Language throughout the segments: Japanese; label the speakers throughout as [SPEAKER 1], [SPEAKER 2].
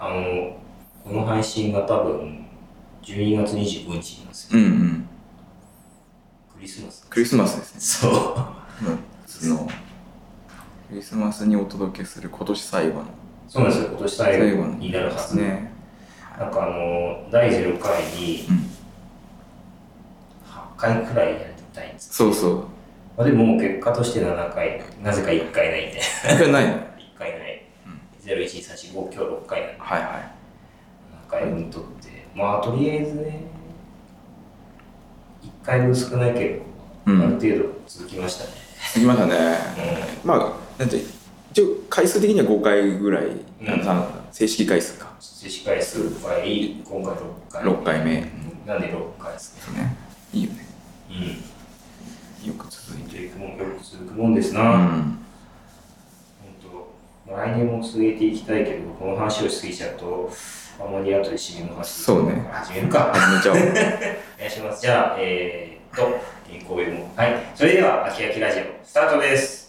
[SPEAKER 1] あの、この配信が多分、12月25日なんですけ
[SPEAKER 2] うんうん。
[SPEAKER 1] ど、クリスマス。
[SPEAKER 2] クリスマスですね。
[SPEAKER 1] そう。
[SPEAKER 2] その、クリスマスにお届けする今年最後の。
[SPEAKER 1] そうなんですよ、今年最後になるはず。
[SPEAKER 2] ね。
[SPEAKER 1] なんかあの、第0回に
[SPEAKER 2] うん。
[SPEAKER 1] 8回くらいやりたいんです
[SPEAKER 2] そうそう。
[SPEAKER 1] まあ、でも結果として7回、なぜか1回ないんで、
[SPEAKER 2] 一回ないのはい
[SPEAKER 1] 1回ない
[SPEAKER 2] うん。
[SPEAKER 1] 01345今日6回なんで、
[SPEAKER 2] は
[SPEAKER 1] 7回分取って、まあとりあえずね、1回分少ないけ
[SPEAKER 2] い。う
[SPEAKER 1] ど、ある
[SPEAKER 2] ん。
[SPEAKER 1] 程度続きましたね。
[SPEAKER 2] 行きましたね。
[SPEAKER 1] う
[SPEAKER 2] まあ、なんて、一応回数的には5回ぐらい、
[SPEAKER 1] ん
[SPEAKER 2] あの正式回数か。
[SPEAKER 1] ん。接し回数回、今回6回。
[SPEAKER 2] 6回目。
[SPEAKER 1] なんで6回ですね。
[SPEAKER 2] そうね。いいよね。
[SPEAKER 1] うん。
[SPEAKER 2] よく続いて。
[SPEAKER 1] 続いていくもん、よく続くもんです
[SPEAKER 2] う
[SPEAKER 1] な。
[SPEAKER 2] ん。
[SPEAKER 1] 本当来年も続けていきたいけど、この話をしすぎちゃうと、あんまり後で締めの話
[SPEAKER 2] そうね
[SPEAKER 1] 始めるか。
[SPEAKER 2] 始めち ゃおう。
[SPEAKER 1] お願いします。じゃあ、えー、っと、原稿読もう。はい。それでは、あきあきラジオ、スタートです。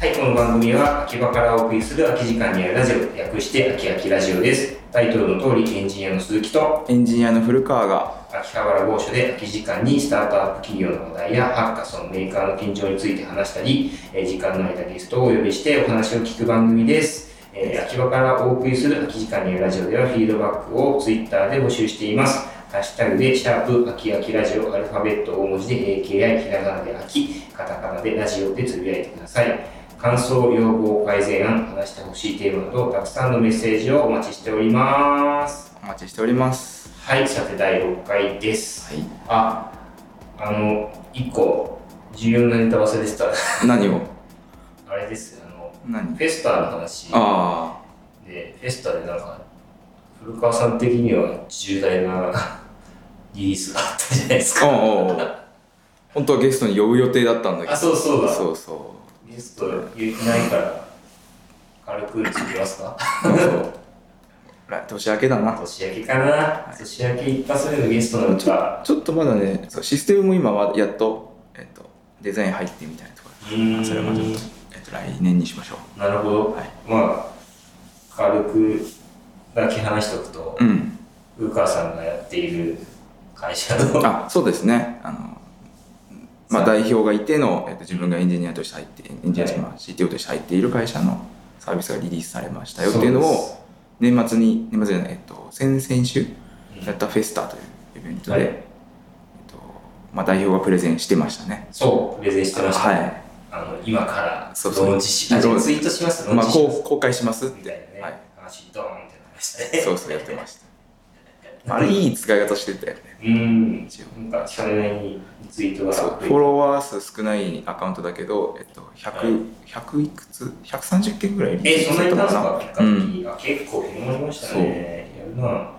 [SPEAKER 1] はい。この番組は、秋葉からお送りする空き時間にあるラジオ、略して、あきあきラジオです。タイトルの通り、エンジニアの鈴木と、
[SPEAKER 2] エンジニアの古川が、
[SPEAKER 1] 秋葉原某所で空き時間にスタートアップ企業の話題やハッカソンメーカーの緊張について話したりえー時間の間ゲストをお呼びしてお話を聞く番組ですえー秋葉からお送りする空き時間にラジオではフィードバックをツイッターで募集していますハッシュタグで、シャープ、秋秋ラジオ、アルファベット大文字で AKI、ひらがなで秋、カタカナでラジオでつぶやいてください。感想、要望、改善案、話してほしいテーマなど、たくさんのメッセージをお待ちしております。
[SPEAKER 2] お待ちしております。
[SPEAKER 1] はい、さて第6回です。
[SPEAKER 2] はい。
[SPEAKER 1] あ、あの、一個、重要なネタ忘れてた。
[SPEAKER 2] 何を
[SPEAKER 1] あれですよ、あの、
[SPEAKER 2] 何
[SPEAKER 1] フェスタの話
[SPEAKER 2] あ
[SPEAKER 1] で、フェスタでなんか、古川さん的には重大な リリースがあったじゃないです
[SPEAKER 2] あ。
[SPEAKER 1] か。
[SPEAKER 2] おうおうおう。本当はゲストに呼ぶ予定だったんだけど。
[SPEAKER 1] あ、そうそうだ。
[SPEAKER 2] そうそ
[SPEAKER 1] ゲスト言ってないから、軽く作りますか
[SPEAKER 2] う。そうそう。来年明けだな。
[SPEAKER 1] 年明けかな年明け一発目のゲストなんか、
[SPEAKER 2] ちょっとまだね、そうシステムも今はやっと、えっと、デザイン入ってみたいなとこ
[SPEAKER 1] うー
[SPEAKER 2] ろ。
[SPEAKER 1] ん
[SPEAKER 2] それはまたちょっと、えっと、来年にしましょ
[SPEAKER 1] なるほど。
[SPEAKER 2] はい
[SPEAKER 1] まあ、軽くだけ話しておくと、
[SPEAKER 2] う。うん。
[SPEAKER 1] ウ川さんがやっている会社の
[SPEAKER 2] あ、そうですね。あの、まあ、代表がいての、えっと、自分がエンジニアとして入って、エンジニアとして、まあ CTO として入っている会社のサービスがリリースされましたよっていうのを、年末に、年末じゃない、えっと、先々週やったフェスタというイベントで、
[SPEAKER 1] はい
[SPEAKER 2] えっと、まあ、代表がプレゼンしてましたね。
[SPEAKER 1] そうプレゼンしてました、
[SPEAKER 2] はい。
[SPEAKER 1] あの今から
[SPEAKER 2] そうそう
[SPEAKER 1] ローンチしあじゃあツイートしますローン
[SPEAKER 2] まあ、
[SPEAKER 1] チし
[SPEAKER 2] こ
[SPEAKER 1] ます
[SPEAKER 2] う公開しますっ
[SPEAKER 1] み
[SPEAKER 2] て、
[SPEAKER 1] たいなね、
[SPEAKER 2] はい、
[SPEAKER 1] 話ドーンってなりましたね
[SPEAKER 2] そうそうやってました。あれ、いい使い方してたよね。
[SPEAKER 1] うん
[SPEAKER 2] 一応
[SPEAKER 1] なんかそれなりにツイートが
[SPEAKER 2] そう
[SPEAKER 1] 増えて
[SPEAKER 2] フォロワー数少ないアカウントだけど、えっと、100、
[SPEAKER 1] は
[SPEAKER 2] 100いくつ ?130 件ぐらい
[SPEAKER 1] えそんなになんすか結果
[SPEAKER 2] う
[SPEAKER 1] 的
[SPEAKER 2] ん。
[SPEAKER 1] に、あ結構広まりましたねやるな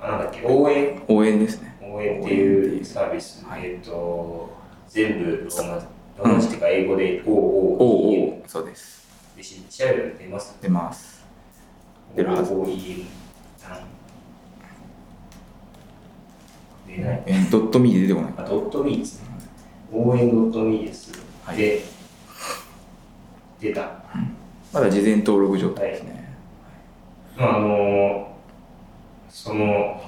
[SPEAKER 1] あなんだっけ応援
[SPEAKER 2] 応援ですね。
[SPEAKER 1] 応援
[SPEAKER 2] 応援
[SPEAKER 1] ってい
[SPEAKER 2] っていう
[SPEAKER 1] うサービス、
[SPEAKER 2] はい
[SPEAKER 1] えっ、と全部ローマ字ローマ字っていうか英語で OOE
[SPEAKER 2] おうおうそうです。
[SPEAKER 1] で調べると出ます
[SPEAKER 2] 出ます。出るはず
[SPEAKER 1] OEM 出ない
[SPEAKER 2] えードットミーで出てこ ない。
[SPEAKER 1] あドットミーですね応援ドットミーです、
[SPEAKER 2] はい
[SPEAKER 1] で出た
[SPEAKER 2] まだ事前登録状態ですね。
[SPEAKER 1] まああのその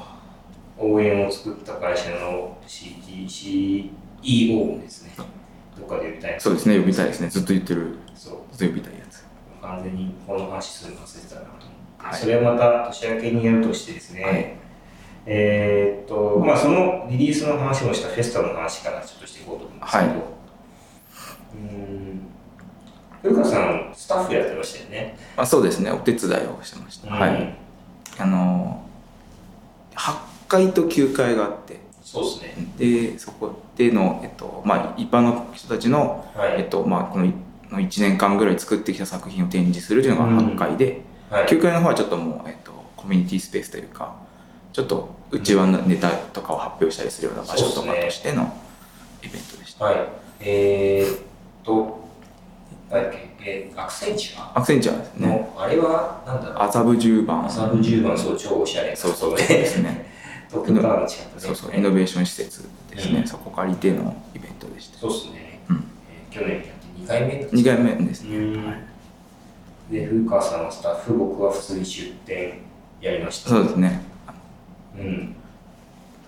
[SPEAKER 1] 応援を作った会社の CT CEO もですねどっかで呼びたい
[SPEAKER 2] そうですね、呼びたいですね。ずっと言ってる、
[SPEAKER 1] そう
[SPEAKER 2] ずっと呼びたいやつ。
[SPEAKER 1] 完全にこの話するの忘れてたなと思って、
[SPEAKER 2] はい
[SPEAKER 1] それはまた年明けにやるとしてですね、
[SPEAKER 2] はい
[SPEAKER 1] えーっと、まあ、そのリリースの話もしたフェスタの話からちょっとしていこうと思うんですけど、
[SPEAKER 2] はいう
[SPEAKER 1] ーん古川さんスタッフやってましたよね、
[SPEAKER 2] まあ、そうですね、お手伝いをしてました。はい。
[SPEAKER 1] うん
[SPEAKER 2] あのー、8階と9階があって、
[SPEAKER 1] そうですね
[SPEAKER 2] でそこでの、えっとまあ、一般の人たちの、
[SPEAKER 1] は
[SPEAKER 2] え
[SPEAKER 1] い
[SPEAKER 2] っとまあ、このの1年間ぐらい作ってきた作品を展示するというのが8階で、
[SPEAKER 1] はい。
[SPEAKER 2] 9階の方はちょっともう、えっと、コミュニティスペースというかちょっと内輪のネタとかを発表したりするような場所とかとしてのイベントでした。
[SPEAKER 1] はい。えー、っと、なんだっけ、えー、アクセンチュア
[SPEAKER 2] アクセンチャーです
[SPEAKER 1] の、
[SPEAKER 2] ね。
[SPEAKER 1] あれは、なんだろう、
[SPEAKER 2] 麻布十番。
[SPEAKER 1] 麻布十番、そう、超おしゃれな
[SPEAKER 2] そうそう
[SPEAKER 1] とこ
[SPEAKER 2] そうで
[SPEAKER 1] で、
[SPEAKER 2] す ね。
[SPEAKER 1] 東京タワーの近くね
[SPEAKER 2] そうそう、イノベーション施設ですね。
[SPEAKER 1] うん
[SPEAKER 2] そこ借りてのイベントでした。
[SPEAKER 1] そうですね、
[SPEAKER 2] うん
[SPEAKER 1] えー去年やって2回目
[SPEAKER 2] 2回目ですね。
[SPEAKER 1] 目。で、古川さんのスタッフ、僕は普通に出店やりました。
[SPEAKER 2] そうですね。
[SPEAKER 1] うん。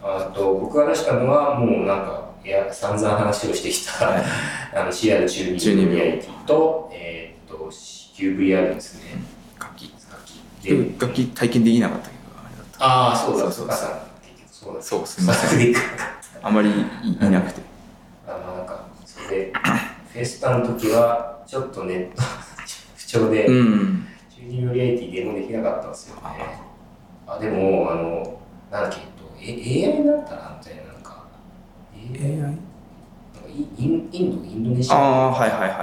[SPEAKER 1] あと、僕が出したのは、もうなんか、いや、散々話をしてきた、
[SPEAKER 2] はい
[SPEAKER 1] あの、CR12
[SPEAKER 2] 12
[SPEAKER 1] リアリティと、えーっと、QVR ですね。
[SPEAKER 2] 楽器。
[SPEAKER 1] さっきで
[SPEAKER 2] 楽器体験できなかったけど、あれだった。
[SPEAKER 1] ああ、そうだ、
[SPEAKER 2] そ
[SPEAKER 1] そう
[SPEAKER 2] そうう
[SPEAKER 1] だ、そうだ、
[SPEAKER 2] そうすいません
[SPEAKER 1] ん。
[SPEAKER 2] あまりいいなくて。
[SPEAKER 1] あの、なんか、それで、フェスタの時は、ちょっとネット 不調で、
[SPEAKER 2] う
[SPEAKER 1] 中
[SPEAKER 2] ん。
[SPEAKER 1] 二のリアリティでもできなかったんですよね。あ、でも、あの、なんだっけ、えっと、A- AI だったらみたいな、なんか、AI なんか
[SPEAKER 2] AI?
[SPEAKER 1] イインインド、インドネシ
[SPEAKER 2] あ
[SPEAKER 1] ア
[SPEAKER 2] あ、
[SPEAKER 1] の
[SPEAKER 2] はいはいは
[SPEAKER 1] なんか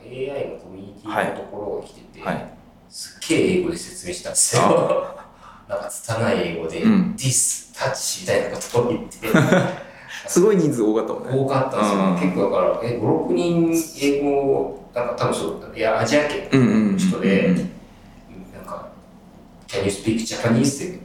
[SPEAKER 1] AI のコミュニティのところを来てて、
[SPEAKER 2] いはい。はい。
[SPEAKER 1] すっげえ英語で説明したんですよ。 なんか拙い英語で、
[SPEAKER 2] うん
[SPEAKER 1] this, touch みたいなことを言って、
[SPEAKER 2] すごい人数多かったもんね。
[SPEAKER 1] 多かったんですよ、
[SPEAKER 2] うん
[SPEAKER 1] 結構だから、え、5、6人英語を、なんか多分そうだった、いや、アジア圏
[SPEAKER 2] うんうんう
[SPEAKER 1] の
[SPEAKER 2] ん。
[SPEAKER 1] 人で、
[SPEAKER 2] うん
[SPEAKER 1] なんか、can you speak Japanese? って、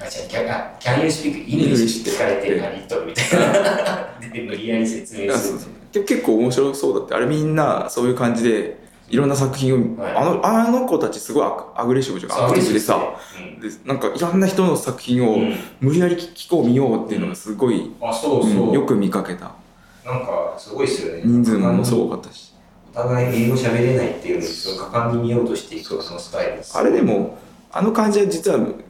[SPEAKER 1] あ、違う、can- あ can you speak
[SPEAKER 2] English
[SPEAKER 1] English?
[SPEAKER 2] っ
[SPEAKER 1] ってて聞かれて、ありとみたいな。 で、無理やり説
[SPEAKER 2] い
[SPEAKER 1] 明
[SPEAKER 2] や
[SPEAKER 1] す
[SPEAKER 2] そ
[SPEAKER 1] る
[SPEAKER 2] うそうでも結構面白そうだってあれみんなそういう感じでいろんな作品を、
[SPEAKER 1] はい
[SPEAKER 2] あのあの子たちすごいアクアグレッシブという
[SPEAKER 1] そう
[SPEAKER 2] かアクティブでさ
[SPEAKER 1] そうですね
[SPEAKER 2] でなんかいろんな人の作品
[SPEAKER 1] う
[SPEAKER 2] を
[SPEAKER 1] ん
[SPEAKER 2] 無理やり聞こう見ようっていうのがすごい、
[SPEAKER 1] あ、そ
[SPEAKER 2] う
[SPEAKER 1] う
[SPEAKER 2] ん
[SPEAKER 1] そう。
[SPEAKER 2] よく見かけた
[SPEAKER 1] なんか、すごいですよね。
[SPEAKER 2] 人数もものすごかったし
[SPEAKER 1] お互い英語喋れないっていうのをすごい果敢に見ようとしていくそのスタイルです。
[SPEAKER 2] あれでもあの感じは実は多分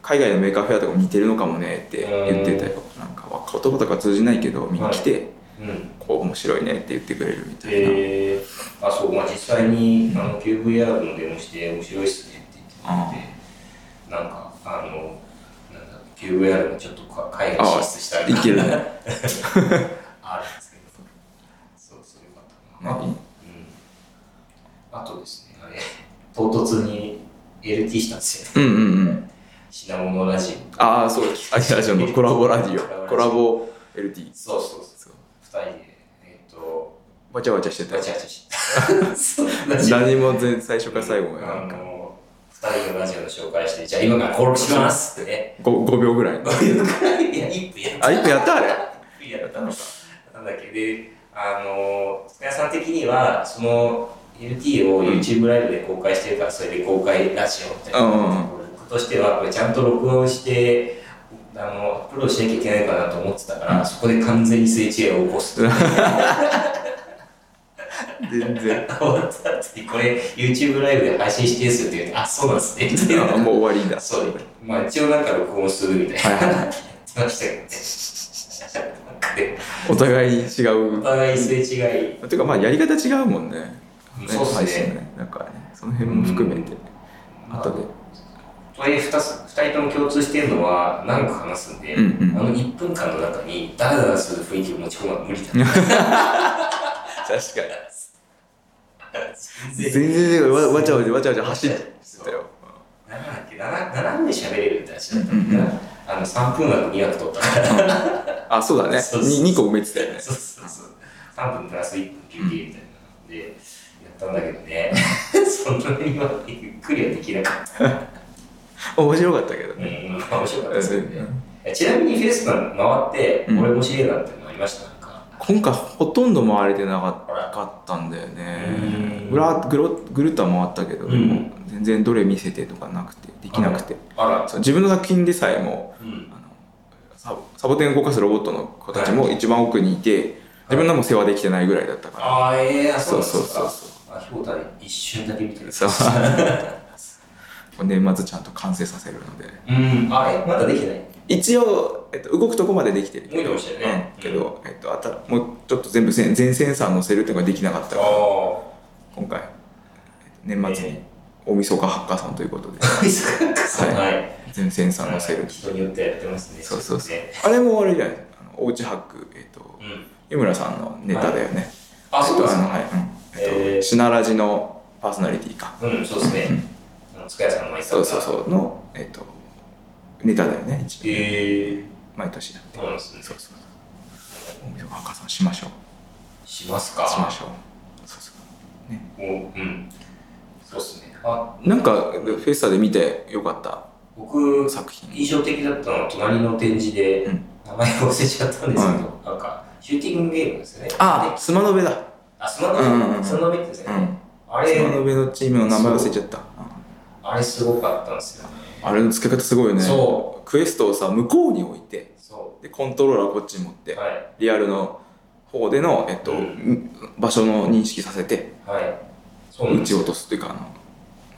[SPEAKER 2] 海外のメーカーフェアとかも似てるのかもねって言ってたよなんかわ言葉とか通じないけどみんな来て、
[SPEAKER 1] うん。
[SPEAKER 2] こう面白いねって言ってくれるみたいな、
[SPEAKER 1] えー、あ、そう、まあ実際にあの QVR のデモして面白いっすねって言ってて、なんか、あの、なんだ QVR もちょっとか海外進出したい
[SPEAKER 2] い
[SPEAKER 1] な
[SPEAKER 2] け るね
[SPEAKER 1] あるんですけど、そう、それよかったな。
[SPEAKER 2] まあいい
[SPEAKER 1] うん。あとですね、あれ、唐突に LT したんですよね。
[SPEAKER 2] うんうんうん
[SPEAKER 1] 品物ラジオ。
[SPEAKER 2] ああ、そう、アジアラジオのコラボラジオ、コラボ LT。
[SPEAKER 1] そうそうそう。
[SPEAKER 2] そう
[SPEAKER 1] 二人で、えっ、と、
[SPEAKER 2] わちゃわちゃしてた
[SPEAKER 1] ガ。チャガチャして。そん な時間
[SPEAKER 2] 何も全最初から最後までな
[SPEAKER 1] あ
[SPEAKER 2] んか
[SPEAKER 1] の、二人のラジオの紹介して、じゃあ今から登録しますってね。
[SPEAKER 2] 5、5秒ぐらい。
[SPEAKER 1] どういうくらいいや、一分やった。
[SPEAKER 2] あ、一分やったあれ。
[SPEAKER 1] 一分やったのか。なんだっけ、で、あの、塚谷さん的には、その、LT を YouTube ライブで公開してるから、それで公開ラジオみたいな。
[SPEAKER 2] うん
[SPEAKER 1] 僕としては、これちゃんと録音して、あの、アップロードしなきゃいけないかなと思ってたから、そこで完全にすれ違いを起こすと。
[SPEAKER 2] 全然。
[SPEAKER 1] 終わった後にこれ YouTube ライブで配信してですよって言うとあそうなんですねみたい
[SPEAKER 2] あ
[SPEAKER 1] な
[SPEAKER 2] もう終わりだ。
[SPEAKER 1] そうまあ一応なんか録音するみたい
[SPEAKER 2] は
[SPEAKER 1] な
[SPEAKER 2] いはい
[SPEAKER 1] 言ってましたけど ねなんかね
[SPEAKER 2] お互いに違
[SPEAKER 1] お
[SPEAKER 2] う。
[SPEAKER 1] 互いすれ違い
[SPEAKER 2] てかまあやり方違うもんね。
[SPEAKER 1] そうっすね
[SPEAKER 2] 配信ね。なんかね、その辺も含めて。後で。
[SPEAKER 1] とはいえ 2, 人とも共通してるのは何か話すんで、
[SPEAKER 2] うんうん
[SPEAKER 1] あの1分間の中にダラダラする雰囲気を持ち込むのは無理だな
[SPEAKER 2] 確か
[SPEAKER 1] 全
[SPEAKER 2] 全
[SPEAKER 1] 然
[SPEAKER 2] 然わわちゃわちゃわちゃわちゃ走ってたよ。
[SPEAKER 1] なんだっけな並んで喋れるみたいな話だった
[SPEAKER 2] うんうんんう
[SPEAKER 1] だ
[SPEAKER 2] ん
[SPEAKER 1] あの3分枠2枠取ったから
[SPEAKER 2] あ、そうだね。
[SPEAKER 1] そうそうそう
[SPEAKER 2] 2個埋めてたよね。
[SPEAKER 1] そうそうそう。3分プラス1分休憩みたいなので、やったんだけど ね、そんなにはゆっくりはできなかった。
[SPEAKER 2] 面白かったけど
[SPEAKER 1] う
[SPEAKER 2] ね。
[SPEAKER 1] ん、まあ面白かったですけど
[SPEAKER 2] う
[SPEAKER 1] ね
[SPEAKER 2] ん。
[SPEAKER 1] えちなみにフェスタ回って、
[SPEAKER 2] うん
[SPEAKER 1] 俺面白いなってのありましたなんか。
[SPEAKER 2] 今回ほとんど回れてなかったんだよね
[SPEAKER 1] うん
[SPEAKER 2] ぐらぐろぐるっとは回ったけど、でも
[SPEAKER 1] うん
[SPEAKER 2] 全然どれ見せてとかなくてできなくて
[SPEAKER 1] あら。
[SPEAKER 2] そう自分の作品でさえも
[SPEAKER 1] うん
[SPEAKER 2] あ。のサボサボテンを動かすロボットの子たちも一番奥にいて自分のも世話できてないぐらいだったから、
[SPEAKER 1] ああ、ええあ、そう
[SPEAKER 2] そう
[SPEAKER 1] なん
[SPEAKER 2] そう
[SPEAKER 1] です
[SPEAKER 2] そうそ
[SPEAKER 1] か。あ、ひょうた一瞬だけ見てる。
[SPEAKER 2] うそう これ年末ちゃんと完成させるので
[SPEAKER 1] うん。あれまだできてない。
[SPEAKER 2] 一応、えっと、動くとこまでできてるけど
[SPEAKER 1] 動いてましたよね
[SPEAKER 2] うんけど、えっと、あたもうちょっと全部せん全センサー乗せるっていうのができなかったから
[SPEAKER 1] あ
[SPEAKER 2] 今回年末に大晦日ハッカーさんということで、
[SPEAKER 1] あ。そうはい。
[SPEAKER 2] 全センサー載せる
[SPEAKER 1] 人によってやってますね。
[SPEAKER 2] そうそうそう
[SPEAKER 1] ね
[SPEAKER 2] あれもあれじゃないあのおうちハックえっ、と
[SPEAKER 1] うん。
[SPEAKER 2] 湯村さんのネタだよね、
[SPEAKER 1] あ、そうです
[SPEAKER 2] えっと
[SPEAKER 1] か
[SPEAKER 2] の。はい、うんえっと
[SPEAKER 1] えー
[SPEAKER 2] シナラジのパーソナリティか。
[SPEAKER 1] うん、そうですね。あの塚谷さんの前
[SPEAKER 2] そうそう
[SPEAKER 1] う。
[SPEAKER 2] そう。の、えっと、ネタだよね、一応
[SPEAKER 1] え
[SPEAKER 2] 毎年やっ
[SPEAKER 1] ー、
[SPEAKER 2] て
[SPEAKER 1] そう。なんですね。
[SPEAKER 2] そうそうそう。大晦日ハッカソンしましょう。
[SPEAKER 1] しますか。
[SPEAKER 2] しましょう。そうそう
[SPEAKER 1] う。うん。そうですね。あ、
[SPEAKER 2] なんか、フェスタで見てよかった
[SPEAKER 1] 僕、
[SPEAKER 2] 作品。
[SPEAKER 1] 印象的だったのは隣の展示で、
[SPEAKER 2] うん
[SPEAKER 1] 名前忘れちゃったんですけど、
[SPEAKER 2] は
[SPEAKER 1] なんか、シューティングゲームですよね。
[SPEAKER 2] あ、
[SPEAKER 1] で
[SPEAKER 2] スマノベだ。
[SPEAKER 1] あ、スマノベ、
[SPEAKER 2] うんうんうん
[SPEAKER 1] スマノベってです
[SPEAKER 2] う
[SPEAKER 1] ね、
[SPEAKER 2] ん。
[SPEAKER 1] あ
[SPEAKER 2] スマ
[SPEAKER 1] れ、
[SPEAKER 2] ノベのチームの名前忘れちゃった。うん
[SPEAKER 1] あれすごかったんですよね。
[SPEAKER 2] あれの付け方すごいよね。。
[SPEAKER 1] そう
[SPEAKER 2] クエストをさ、向こうに置いて、
[SPEAKER 1] そ
[SPEAKER 2] で、コントローラーこっちに持っ
[SPEAKER 1] う。
[SPEAKER 2] て、
[SPEAKER 1] はい。
[SPEAKER 2] リアルの方での、えっと、
[SPEAKER 1] うん
[SPEAKER 2] 場所の認識させて、
[SPEAKER 1] はい。そうなん
[SPEAKER 2] 撃
[SPEAKER 1] です
[SPEAKER 2] ち
[SPEAKER 1] よ
[SPEAKER 2] 落とすというか、あの、な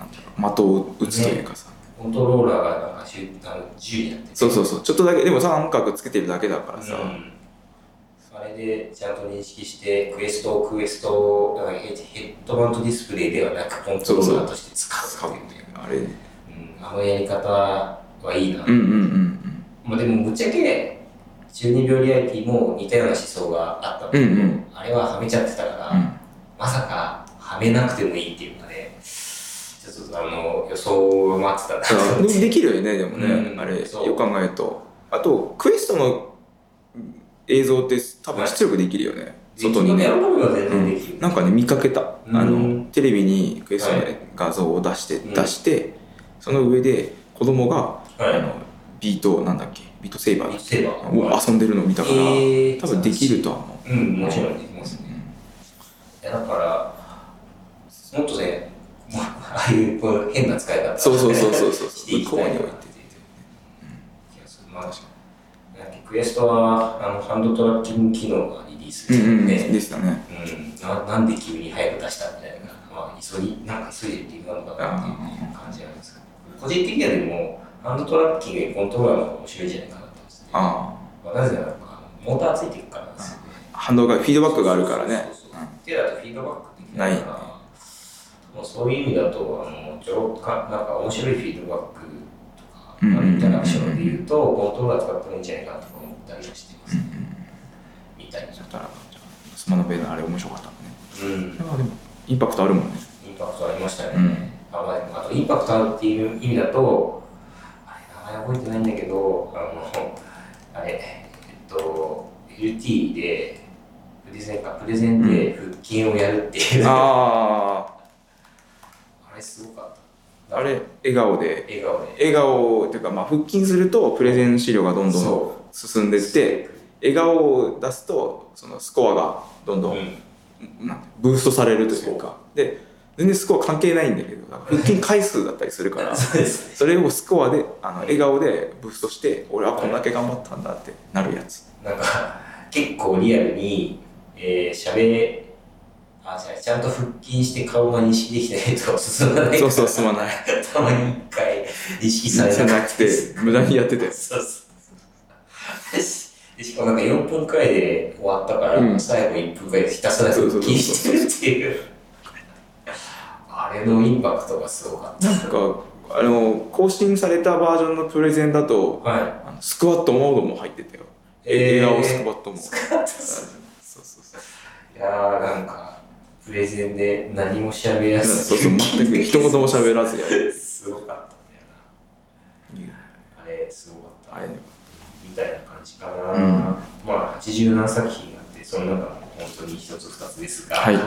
[SPEAKER 2] んだろう、的を撃つというかさ。
[SPEAKER 1] コントローラーがなんかシュあの銃になってて
[SPEAKER 2] そうそうそう。ちょっとだけ、でも三角つけてるだけだからさ。
[SPEAKER 1] うん、あれでちゃんと認識してクエストをクエストをだからヘッヘッドマウントディスプレイではなくコントローラーとして使
[SPEAKER 2] 使
[SPEAKER 1] う
[SPEAKER 2] う
[SPEAKER 1] っ
[SPEAKER 2] ってて
[SPEAKER 1] いう
[SPEAKER 2] いうあれね
[SPEAKER 1] うん、あのやり方はいいな、
[SPEAKER 2] うんうんうん
[SPEAKER 1] まあ、でもぶっちゃけ中二病リアリティも似たような思想があったの
[SPEAKER 2] うんうん
[SPEAKER 1] あれははめちゃってたから、
[SPEAKER 2] うんうん
[SPEAKER 1] まさかはめなくてもいいっていうかねちょっとあの予想を待ってたなと
[SPEAKER 2] そう
[SPEAKER 1] 思 っ
[SPEAKER 2] で
[SPEAKER 1] て
[SPEAKER 2] できるよねでもね、
[SPEAKER 1] うん
[SPEAKER 2] あれよ
[SPEAKER 1] そ
[SPEAKER 2] く
[SPEAKER 1] う
[SPEAKER 2] 考えるとあとクエストのうん映像って多分出力できるよね、外にね
[SPEAKER 1] やることが全然できる、
[SPEAKER 2] なんかね見かけた、
[SPEAKER 1] うん
[SPEAKER 2] あのテレビにクエストの
[SPEAKER 1] はい
[SPEAKER 2] 画像を出して、
[SPEAKER 1] うん
[SPEAKER 2] 出してその上で子供が、
[SPEAKER 1] はい
[SPEAKER 2] あのビートなんだっけビートセイバーだっけ
[SPEAKER 1] セイバー
[SPEAKER 2] を遊んでるのを見たから、
[SPEAKER 1] へー
[SPEAKER 2] 多分できるとは思う、
[SPEAKER 1] うん、もちろんできますね。
[SPEAKER 2] う
[SPEAKER 1] いやだから、もっとね、まあああいうこう変な使い方
[SPEAKER 2] んそうそうそうそうそう
[SPEAKER 1] していき
[SPEAKER 2] 向こ
[SPEAKER 1] た
[SPEAKER 2] う
[SPEAKER 1] い
[SPEAKER 2] に
[SPEAKER 1] な
[SPEAKER 2] 置
[SPEAKER 1] っ
[SPEAKER 2] い
[SPEAKER 1] て
[SPEAKER 2] て
[SPEAKER 1] 気がする。まあ、リクエストはあのハンドトラッキング機能がリリース
[SPEAKER 2] うん
[SPEAKER 1] で
[SPEAKER 2] うん、
[SPEAKER 1] ね、
[SPEAKER 2] でしたね。
[SPEAKER 1] うんななんで急に早く出したみたいな、まあ、急ぎ、なんか急いでる理由なのかなっていう感じなんですけど、個人的にはでも、ハンドトラッキングよりコントローラーの方が面白いんじゃないかなと思うんですね。
[SPEAKER 2] あ
[SPEAKER 1] まあ、なぜならば、モーターついてるからなんですよね。
[SPEAKER 2] あ、反動がフィードバックがあるからね。
[SPEAKER 1] そうそうそう手だとフィードバックできないか
[SPEAKER 2] な
[SPEAKER 1] らもうそういう意味だとあのちょろっかなんか面白いフィードバックとか、
[SPEAKER 2] うんうんうんうん
[SPEAKER 1] インタラクションで言うとコントローラー使ってもいいんじゃないかなとか思ったりはしてます、みたいな
[SPEAKER 2] だったら、スマノベのあれ面白かったもんね。
[SPEAKER 1] うん
[SPEAKER 2] でもでもインパクトあるもんね。
[SPEAKER 1] インパクトありましたね、
[SPEAKER 2] うん
[SPEAKER 1] あまあでもあとインパクトあるっていう意味だとあれ名前覚えてないんだけどあのあれえっと LT でプレゼンかプレゼンで腹筋をやるっていう、
[SPEAKER 2] あ
[SPEAKER 1] あれすごかった。
[SPEAKER 2] あ、あれ、笑顔で。
[SPEAKER 1] 笑顔で。
[SPEAKER 2] 笑顔っていうか、まあ、腹筋するとプレゼン資料がどんどん
[SPEAKER 1] そ
[SPEAKER 2] 進んでって、笑顔を出すと、そのスコアがどん
[SPEAKER 1] う
[SPEAKER 2] どん、
[SPEAKER 1] ん。
[SPEAKER 2] なんてブーストされるというか。で、全然スコア関係ないんだけど、なんか腹筋回数だったりするから。
[SPEAKER 1] そうですね。
[SPEAKER 2] それをスコアであの笑顔でブーストして俺はこんだけ頑張ったんだってなるやつ
[SPEAKER 1] なんか、結構リアルに、えー、しゃべ、あ、じゃあちゃんと腹筋して顔が認識できないと進まないから。
[SPEAKER 2] そうそう進まない
[SPEAKER 1] たまに一回認識され
[SPEAKER 2] じゃなくて無駄にやってて
[SPEAKER 1] そうそう。でしでしかもなんか4分くらいで終わったから、
[SPEAKER 2] うん
[SPEAKER 1] 最後1分くらいでひたすら腹筋してるっていう。あれのインパクトがすごかった。
[SPEAKER 2] なんかあの更新されたバージョンのプレゼンだと
[SPEAKER 1] はい。
[SPEAKER 2] あのスクワットモードも入ってたよ
[SPEAKER 1] えー
[SPEAKER 2] 笑顔スクワットも、そうそうそう
[SPEAKER 1] いやーなんかプレゼンで何も喋らず
[SPEAKER 2] そうそう全く一言も喋らずやる
[SPEAKER 1] すごかったんだよなあれすご
[SPEAKER 2] あ
[SPEAKER 1] かった
[SPEAKER 2] れね
[SPEAKER 1] みたいな感じかな、
[SPEAKER 2] うん
[SPEAKER 1] まあ87作品あってその中の本当に一つ二つですが、
[SPEAKER 2] はい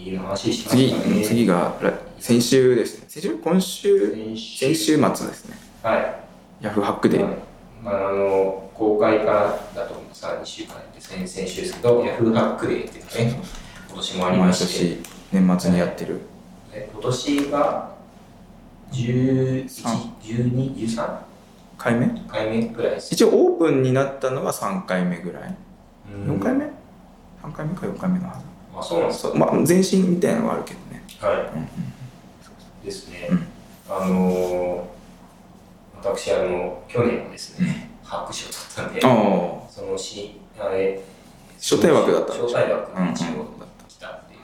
[SPEAKER 1] 次の話しま
[SPEAKER 2] 次
[SPEAKER 1] すかね
[SPEAKER 2] 次が来先週ですね先週今週
[SPEAKER 1] 先
[SPEAKER 2] 先週末ですね
[SPEAKER 1] は
[SPEAKER 2] ヤフハック
[SPEAKER 1] い、
[SPEAKER 2] で、
[SPEAKER 1] まあ、あの公開からだと思うさ2週間で先々週ですけどヤフーハックデーっていうのね今年もあり
[SPEAKER 2] 毎
[SPEAKER 1] まして
[SPEAKER 2] 年年末にやってる、
[SPEAKER 1] え今年が111213
[SPEAKER 2] 回目
[SPEAKER 1] 回目くらいです
[SPEAKER 2] 一応オープンになったのが3回目ぐらい
[SPEAKER 1] うん
[SPEAKER 2] 4回目、3回目か4回目のは
[SPEAKER 1] あそうなんで
[SPEAKER 2] ずそ
[SPEAKER 1] す
[SPEAKER 2] う、まあ、前進みたいなのはあるけどね、
[SPEAKER 1] かは
[SPEAKER 2] うんうん、
[SPEAKER 1] いですね、
[SPEAKER 2] うん
[SPEAKER 1] あのー私あの去年はですね白書を取ったんで
[SPEAKER 2] ああ
[SPEAKER 1] そのしあれ
[SPEAKER 2] 招待枠だったんでしょ
[SPEAKER 1] 招待枠に一
[SPEAKER 2] うん
[SPEAKER 1] 応
[SPEAKER 2] うんだった
[SPEAKER 1] 来たっていう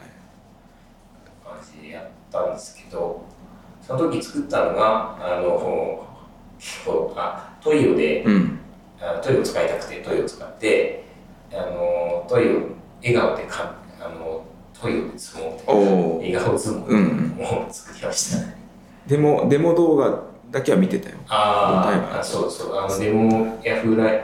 [SPEAKER 1] 感じでやったんですけどその時作ったのがあの 結構あトイオで
[SPEAKER 2] うん
[SPEAKER 1] あトイレを使いたくてトイレを使ってあのトイレを笑顔でかあのぽいを積もう
[SPEAKER 2] お
[SPEAKER 1] と
[SPEAKER 2] お
[SPEAKER 1] 映画を積も
[SPEAKER 2] う
[SPEAKER 1] う
[SPEAKER 2] ん
[SPEAKER 1] と
[SPEAKER 2] うん
[SPEAKER 1] もう作り ましたね
[SPEAKER 2] デモデモ動画だけは見てたよ
[SPEAKER 1] あーあそうそうあのでもヤフーライ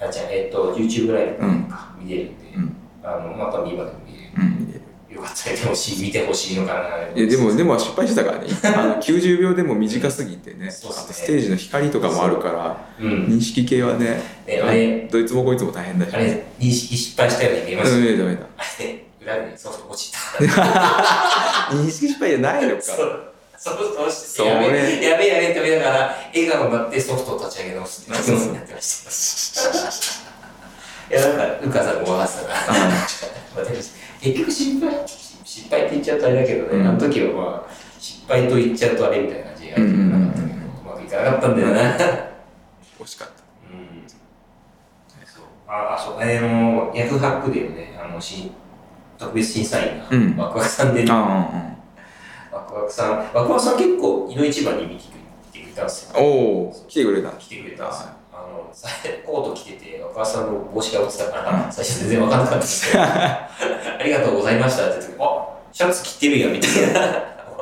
[SPEAKER 1] ブあじゃあえっ、と YouTube ライブか、見れるんで、
[SPEAKER 2] うん
[SPEAKER 1] あのまた今でも見れ
[SPEAKER 2] うん見てる
[SPEAKER 1] るよかったらでもし見てほしいのかない
[SPEAKER 2] やでもでも失敗してた からねあの90秒でも短すぎてね
[SPEAKER 1] そうっすね
[SPEAKER 2] あとステージの光とかもあるから
[SPEAKER 1] うん
[SPEAKER 2] 認識系はね
[SPEAKER 1] ねあれ
[SPEAKER 2] どいつもこいつも大変だし
[SPEAKER 1] あれ認識失敗したように見えま
[SPEAKER 2] う
[SPEAKER 1] し
[SPEAKER 2] ん
[SPEAKER 1] た、
[SPEAKER 2] 見えた見えた
[SPEAKER 1] あれね裏にソフト落ちた
[SPEAKER 2] 認識失敗じゃないのか
[SPEAKER 1] そうそうそうして
[SPEAKER 2] そう
[SPEAKER 1] やべ
[SPEAKER 2] ね
[SPEAKER 1] えやべえやべえって見ながら笑顔になってソフトを立ち上げ直すって
[SPEAKER 2] そうそう
[SPEAKER 1] いうのをやってました。 いやなんかうかさんごわさ が私結局失敗失敗って言っちゃうとあれだけどね、
[SPEAKER 2] うん
[SPEAKER 1] あの時はまあ失敗と言っちゃうとあれみたいな感じでやってなかったけ
[SPEAKER 2] うん
[SPEAKER 1] ど、
[SPEAKER 2] うん
[SPEAKER 1] うまくいかなかったんだよな。
[SPEAKER 2] 惜しかっ
[SPEAKER 1] うんそうああそうえー、もうヤフハックでねあのし特別審査員が、
[SPEAKER 2] うん
[SPEAKER 1] ワクワクさんでね
[SPEAKER 2] たあ
[SPEAKER 1] ワクワクさん、ワクワクさん結構、井の一番に見てくれてくれたんですよ。
[SPEAKER 2] あおお来てくれた
[SPEAKER 1] 来てくれたんですよ。あの、さ コート着てて、ワクワクさんの帽子が落ちたから、
[SPEAKER 2] う
[SPEAKER 1] 最初全然わかんなかったんですけど、 ありがとうございましたって言って、あシャツ着てるやんみたいな、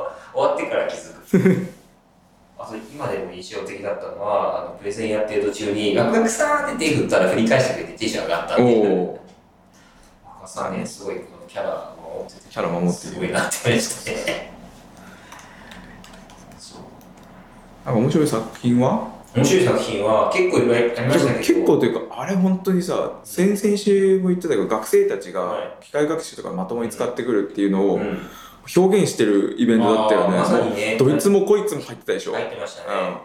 [SPEAKER 1] 終わってから気づく。 あと、今でも印象的だったのは、あのプレゼンやってる途中に、ワクワクさんって手振ったら振り返してくれてテンション上がったって
[SPEAKER 2] お
[SPEAKER 1] いう。
[SPEAKER 2] お
[SPEAKER 1] ワクワクさんね、すごいこのキャラを持ってて。
[SPEAKER 2] キャラ守って
[SPEAKER 1] す
[SPEAKER 2] る
[SPEAKER 1] ごいなって思いましたね。そう
[SPEAKER 2] なんか面白い作品は
[SPEAKER 1] 面白い作品は結構いっぱいありましたけど
[SPEAKER 2] 結構というかあれ本当にさ先々週も言ってたけど学生たち
[SPEAKER 1] は
[SPEAKER 2] が機械学習とかまともに使ってくるっていうのを
[SPEAKER 1] うん
[SPEAKER 2] 表現してるイベントだったよね
[SPEAKER 1] あーまさにね
[SPEAKER 2] もうどいつもこいつも入ってたでしょ、
[SPEAKER 1] 入ってました
[SPEAKER 2] うん
[SPEAKER 1] ね、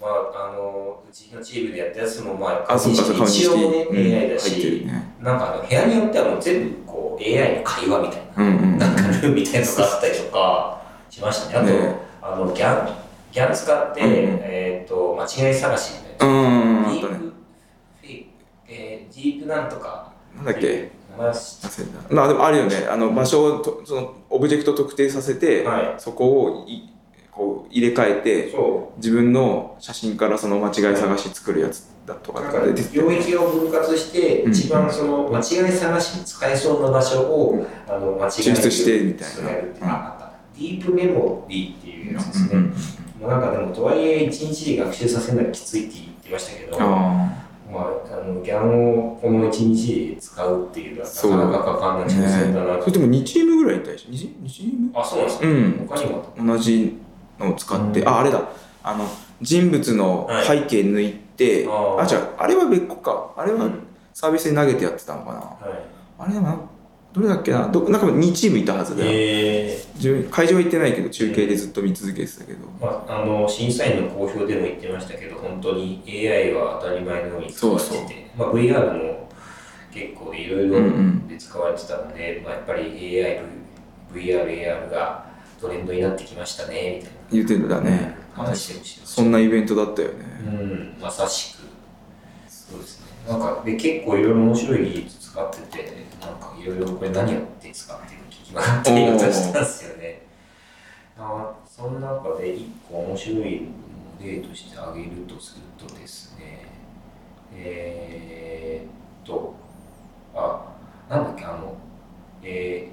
[SPEAKER 1] まああのうちのチームでやったやつもまあ
[SPEAKER 2] あそうかそうか
[SPEAKER 1] 一応ね
[SPEAKER 2] うん
[SPEAKER 1] AI だ
[SPEAKER 2] 入ってる
[SPEAKER 1] し、
[SPEAKER 2] ね
[SPEAKER 1] なんかあの部屋によってはもう全部こう AI の会話みたいな、
[SPEAKER 2] うんうん
[SPEAKER 1] なんかルールみたいなのがあったりとかしましたねあと、
[SPEAKER 2] ね
[SPEAKER 1] あのギャンギャン使って、
[SPEAKER 2] うんうん
[SPEAKER 1] えっ、と間違い探しみたいな、
[SPEAKER 2] うんあ
[SPEAKER 1] ディー
[SPEAKER 2] と
[SPEAKER 1] プ
[SPEAKER 2] ね
[SPEAKER 1] フェイク、えーディープなんとか
[SPEAKER 2] なんだっけ
[SPEAKER 1] 名前は知っ
[SPEAKER 2] 忘れたまあでもあるよねあの場所をとそのオブジェクトを特定させて、
[SPEAKER 1] は
[SPEAKER 2] そこをいこう入れ替えて
[SPEAKER 1] てそう
[SPEAKER 2] 自分の写真からその間違い探し作るやつだとか
[SPEAKER 1] なん
[SPEAKER 2] って
[SPEAKER 1] か
[SPEAKER 2] 出て
[SPEAKER 1] 領域を分割して、
[SPEAKER 2] うん
[SPEAKER 1] 一番その間違い探しに使えそうな場所を、
[SPEAKER 2] う
[SPEAKER 1] あの間違い
[SPEAKER 2] 抽出してみたいな
[SPEAKER 1] なるっていうのがあったディープメモリーっていうやつですね、
[SPEAKER 2] うんうん
[SPEAKER 1] もうなんかでもとはいえ一日で学習させるのはきついって言ってましたけどま
[SPEAKER 2] あ
[SPEAKER 1] あ、あのギャンをこの一日で使うっていうの
[SPEAKER 2] そう
[SPEAKER 1] はなかなかかかんない
[SPEAKER 2] あ、
[SPEAKER 1] 挑戦だ
[SPEAKER 2] ね、
[SPEAKER 1] なと
[SPEAKER 2] それでも2チームぐらいいたでしょ 2, 2チーム
[SPEAKER 1] あそうなんですか、
[SPEAKER 2] うん
[SPEAKER 1] 他にもあっ
[SPEAKER 2] 同じのを使って、
[SPEAKER 1] うん
[SPEAKER 2] ああれだあの人物の背景抜いて、
[SPEAKER 1] はい
[SPEAKER 2] あじゃああれは別個かあれ
[SPEAKER 1] た、
[SPEAKER 2] はサービスに投げてやってたのかな、
[SPEAKER 1] はい
[SPEAKER 2] あれはどれだっけなどなんか2チームいたはずだよ、
[SPEAKER 1] え
[SPEAKER 2] 自分会場は行ってないけど中継でずっと見続けてたけど、
[SPEAKER 1] ーまあ、あの審査員の公表でも言ってましたけど本当に AI は当たり前のように使われてて
[SPEAKER 2] そうそ
[SPEAKER 1] まあ、VR も結構いろい
[SPEAKER 2] うんう
[SPEAKER 1] ろ
[SPEAKER 2] ん
[SPEAKER 1] で使われてたので、まあ、やっぱり AI、VR、AR がトレンドになってきましたねみたいな
[SPEAKER 2] 言ってんだね、
[SPEAKER 1] 話してほしい
[SPEAKER 2] そんなイベントだったよね、
[SPEAKER 1] うん、まさしくそうですねなんかで結構いろいろ面白い技術使っててなんかいろいろこれ何やって使ってるの聞きまって言おうとしたんですよねあその中で一個面白い例として挙げるとするとですねえー、っとあなんだっけあのえ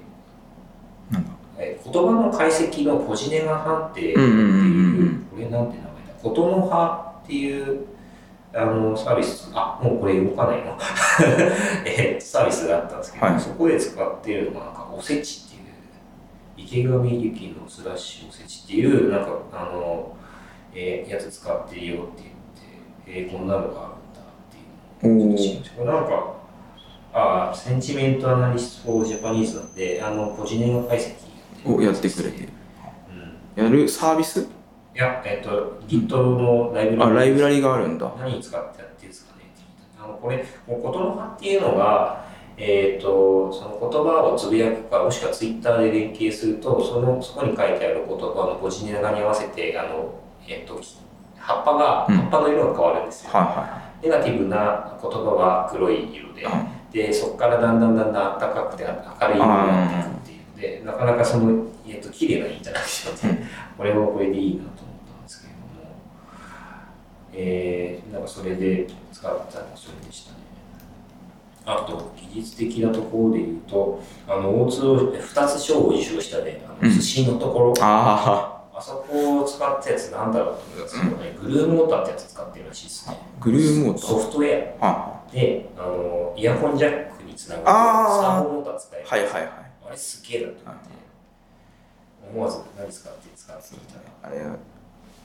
[SPEAKER 1] ー
[SPEAKER 2] なんだ
[SPEAKER 1] えー言葉の解析のポジネガ判定
[SPEAKER 2] うんうん
[SPEAKER 1] って
[SPEAKER 2] うんう、
[SPEAKER 1] いうんこれなんて名前だ、ことの葉っていうあのサービス、あもうこれ動か ないの、えっとサービスがあったんですけど、
[SPEAKER 2] はい
[SPEAKER 1] そこで使っているのが、なんかおせちっていう、池上由紀のスラッシュおせちっていう、なんか、あの、えーやつ使ってるよって言って、えーこんなのがあるんだっていうのをちょっと知りましたこれなんか、あーセンチメントアナリスト・フォー・ジャパニーズなんで、あの、ポジネガ解析
[SPEAKER 2] をやってくれてる
[SPEAKER 1] うん
[SPEAKER 2] やるサービス
[SPEAKER 1] いや、えっと、Git のライブラ
[SPEAKER 2] あ
[SPEAKER 1] リ
[SPEAKER 2] ライブラリがあるんだ
[SPEAKER 1] 何使ってやってるんですかねって聞いたあのこれ、もう言葉っていうのが、えっと、その言葉をつぶやくか、もしくは Twitter で連携すると、そのそこに書いてある言葉のポジネガに合わせて、あの、えっと、葉っぱが、
[SPEAKER 2] うん
[SPEAKER 1] 葉っぱの色が変わるんですよ。
[SPEAKER 2] は
[SPEAKER 1] ネガティブな言葉は黒い色で
[SPEAKER 2] いはい、はい
[SPEAKER 1] でそこからだんだんだんだん暖かくて明るい色になっていくっていうのでなかなかその、えっと綺麗なインタラクションで、これはこれでいいなと思ったんですけれども、えー、なんかそれで使ったのがそれでしたね。あと、技術的なところで言うと、あの、大津を、2つ賞を受賞したね、あ
[SPEAKER 2] うん
[SPEAKER 1] の、寿司のところ、
[SPEAKER 2] あ
[SPEAKER 1] あそこを使ったやつなんだろうと思うんですけどね、グルーモーターってやつ使ってるらしいですね。
[SPEAKER 2] グルーモーター
[SPEAKER 1] ソフトウェ
[SPEAKER 2] あは
[SPEAKER 1] アで、あの、イヤホンジャックにつながる
[SPEAKER 2] あー
[SPEAKER 1] サーボモーター使え
[SPEAKER 2] い
[SPEAKER 1] る。
[SPEAKER 2] はいはいはい
[SPEAKER 1] あれすげえなと思って、思わず何使って使ってみたら。
[SPEAKER 2] あれ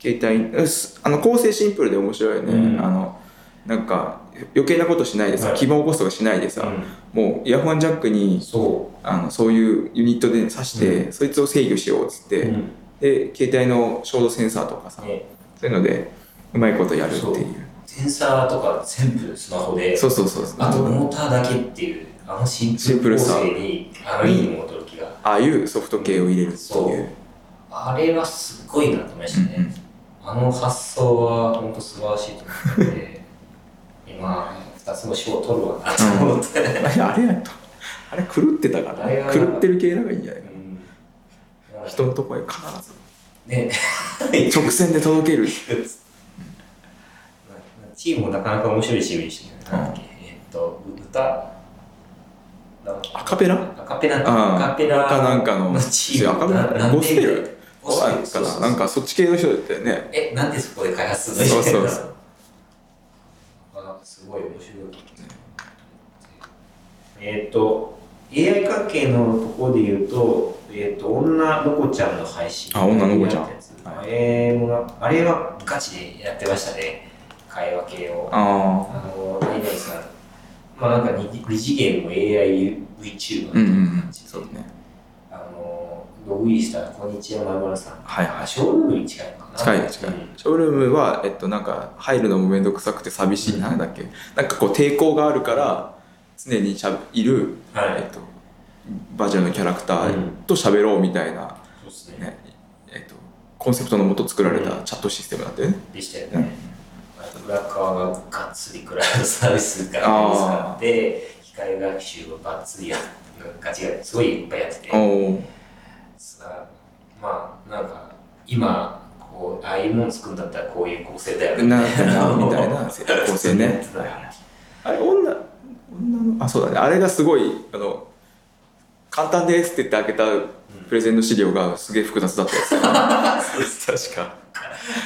[SPEAKER 2] 携帯うっすあの構成シンプルで面白いよね、
[SPEAKER 1] うん
[SPEAKER 2] あのなんか余計なことしないでさ、
[SPEAKER 1] はい
[SPEAKER 2] 基盤起こすとかしないでさ、
[SPEAKER 1] う
[SPEAKER 2] もうイヤホンジャックに
[SPEAKER 1] ん、そ
[SPEAKER 2] あのそういうユニットで挿して、
[SPEAKER 1] う
[SPEAKER 2] そいつを制御しようっつっ
[SPEAKER 1] う。
[SPEAKER 2] て、
[SPEAKER 1] うん
[SPEAKER 2] で携帯の照度センサーとかさ、
[SPEAKER 1] ね、
[SPEAKER 2] そういうのでうまいことやるっていう
[SPEAKER 1] センサーとか全部スマホで、
[SPEAKER 2] そうそうそうそう
[SPEAKER 1] あとモーターだけっていう、あのシン
[SPEAKER 2] シンプ
[SPEAKER 1] プル
[SPEAKER 2] ル
[SPEAKER 1] 構
[SPEAKER 2] さ
[SPEAKER 1] 成に、あのいい戻る気が。
[SPEAKER 2] ああいうソフト系を入れるって
[SPEAKER 1] そう
[SPEAKER 2] いう
[SPEAKER 1] あれはすごいなと思いましたね。
[SPEAKER 2] うんうん
[SPEAKER 1] あの発想は本当素晴らしいと思って 今、2つの賞を取るわなと思って。
[SPEAKER 2] あれあれやとあれ狂ってたか
[SPEAKER 1] あれ
[SPEAKER 2] ら
[SPEAKER 1] は
[SPEAKER 2] 狂ってる系だからいいんじゃないうか
[SPEAKER 1] ん
[SPEAKER 2] な人のとこへ必ず
[SPEAKER 1] ね、
[SPEAKER 2] 直線で届ける
[SPEAKER 1] チームもなかなか面白いチームでしたね。なんだっけえっと、歌、なんか
[SPEAKER 2] アカペラ
[SPEAKER 1] アカペラ、
[SPEAKER 2] あ
[SPEAKER 1] ア
[SPEAKER 2] あ
[SPEAKER 1] カペラ
[SPEAKER 2] かなんかの
[SPEAKER 1] チーム
[SPEAKER 2] アカペラ
[SPEAKER 1] ななん
[SPEAKER 2] ゴスペル
[SPEAKER 1] でゴス
[SPEAKER 2] あ
[SPEAKER 1] ペ
[SPEAKER 2] る
[SPEAKER 1] ル
[SPEAKER 2] か
[SPEAKER 1] そうそうそ
[SPEAKER 2] な
[SPEAKER 1] う
[SPEAKER 2] なんかそっち系の人だったよね
[SPEAKER 1] え、なんでそこで開発する
[SPEAKER 2] そ
[SPEAKER 1] の
[SPEAKER 2] う
[SPEAKER 1] みたい
[SPEAKER 2] そう
[SPEAKER 1] な
[SPEAKER 2] そ
[SPEAKER 1] あすごい面白いと思ってえっ、と AI 関係のところで言うと,、えー、と女の子ちゃんの配信
[SPEAKER 2] あ女の子ちゃん
[SPEAKER 1] やったやつあれもなあれはガチでやってましたね会話系をあ
[SPEAKER 2] あ
[SPEAKER 1] の何々さんまあなんか 2, 次元の AIVTuber み
[SPEAKER 2] あう
[SPEAKER 1] たい
[SPEAKER 2] んうんう
[SPEAKER 1] なん感じで、
[SPEAKER 2] そうね
[SPEAKER 1] あのログインしたら「こんにちはまるまるさん」
[SPEAKER 2] はいは
[SPEAKER 1] あ
[SPEAKER 2] い
[SPEAKER 1] ショールームに近いのかな
[SPEAKER 2] 近い近い
[SPEAKER 1] うん
[SPEAKER 2] ショールームはえっとなんか入るのも面倒くさくて寂しいなんだっけなんかこう抵抗があるから常にしゃべいる
[SPEAKER 1] はい
[SPEAKER 2] えっとバージョンのキャラクターと喋ろうみたいな
[SPEAKER 1] そうですね
[SPEAKER 2] ねえっとコンセプトのもと作られたチャットシステムなんだよね
[SPEAKER 1] でしたよね、裏側ががっつりクラウドサービスが使って機械学習をバッツリやガチガチすごいいっぱいやってて
[SPEAKER 2] おおー
[SPEAKER 1] さまあなんか今こうああいうもん作るんだったらこういう構成だよね
[SPEAKER 2] ななみ たいな構成ね
[SPEAKER 1] 普通のやつだよね
[SPEAKER 2] あれ女女のあそうだねあれがすごいあの簡単ですって言って開けたプレゼンの資料がすげえ複雑だったやつ 確か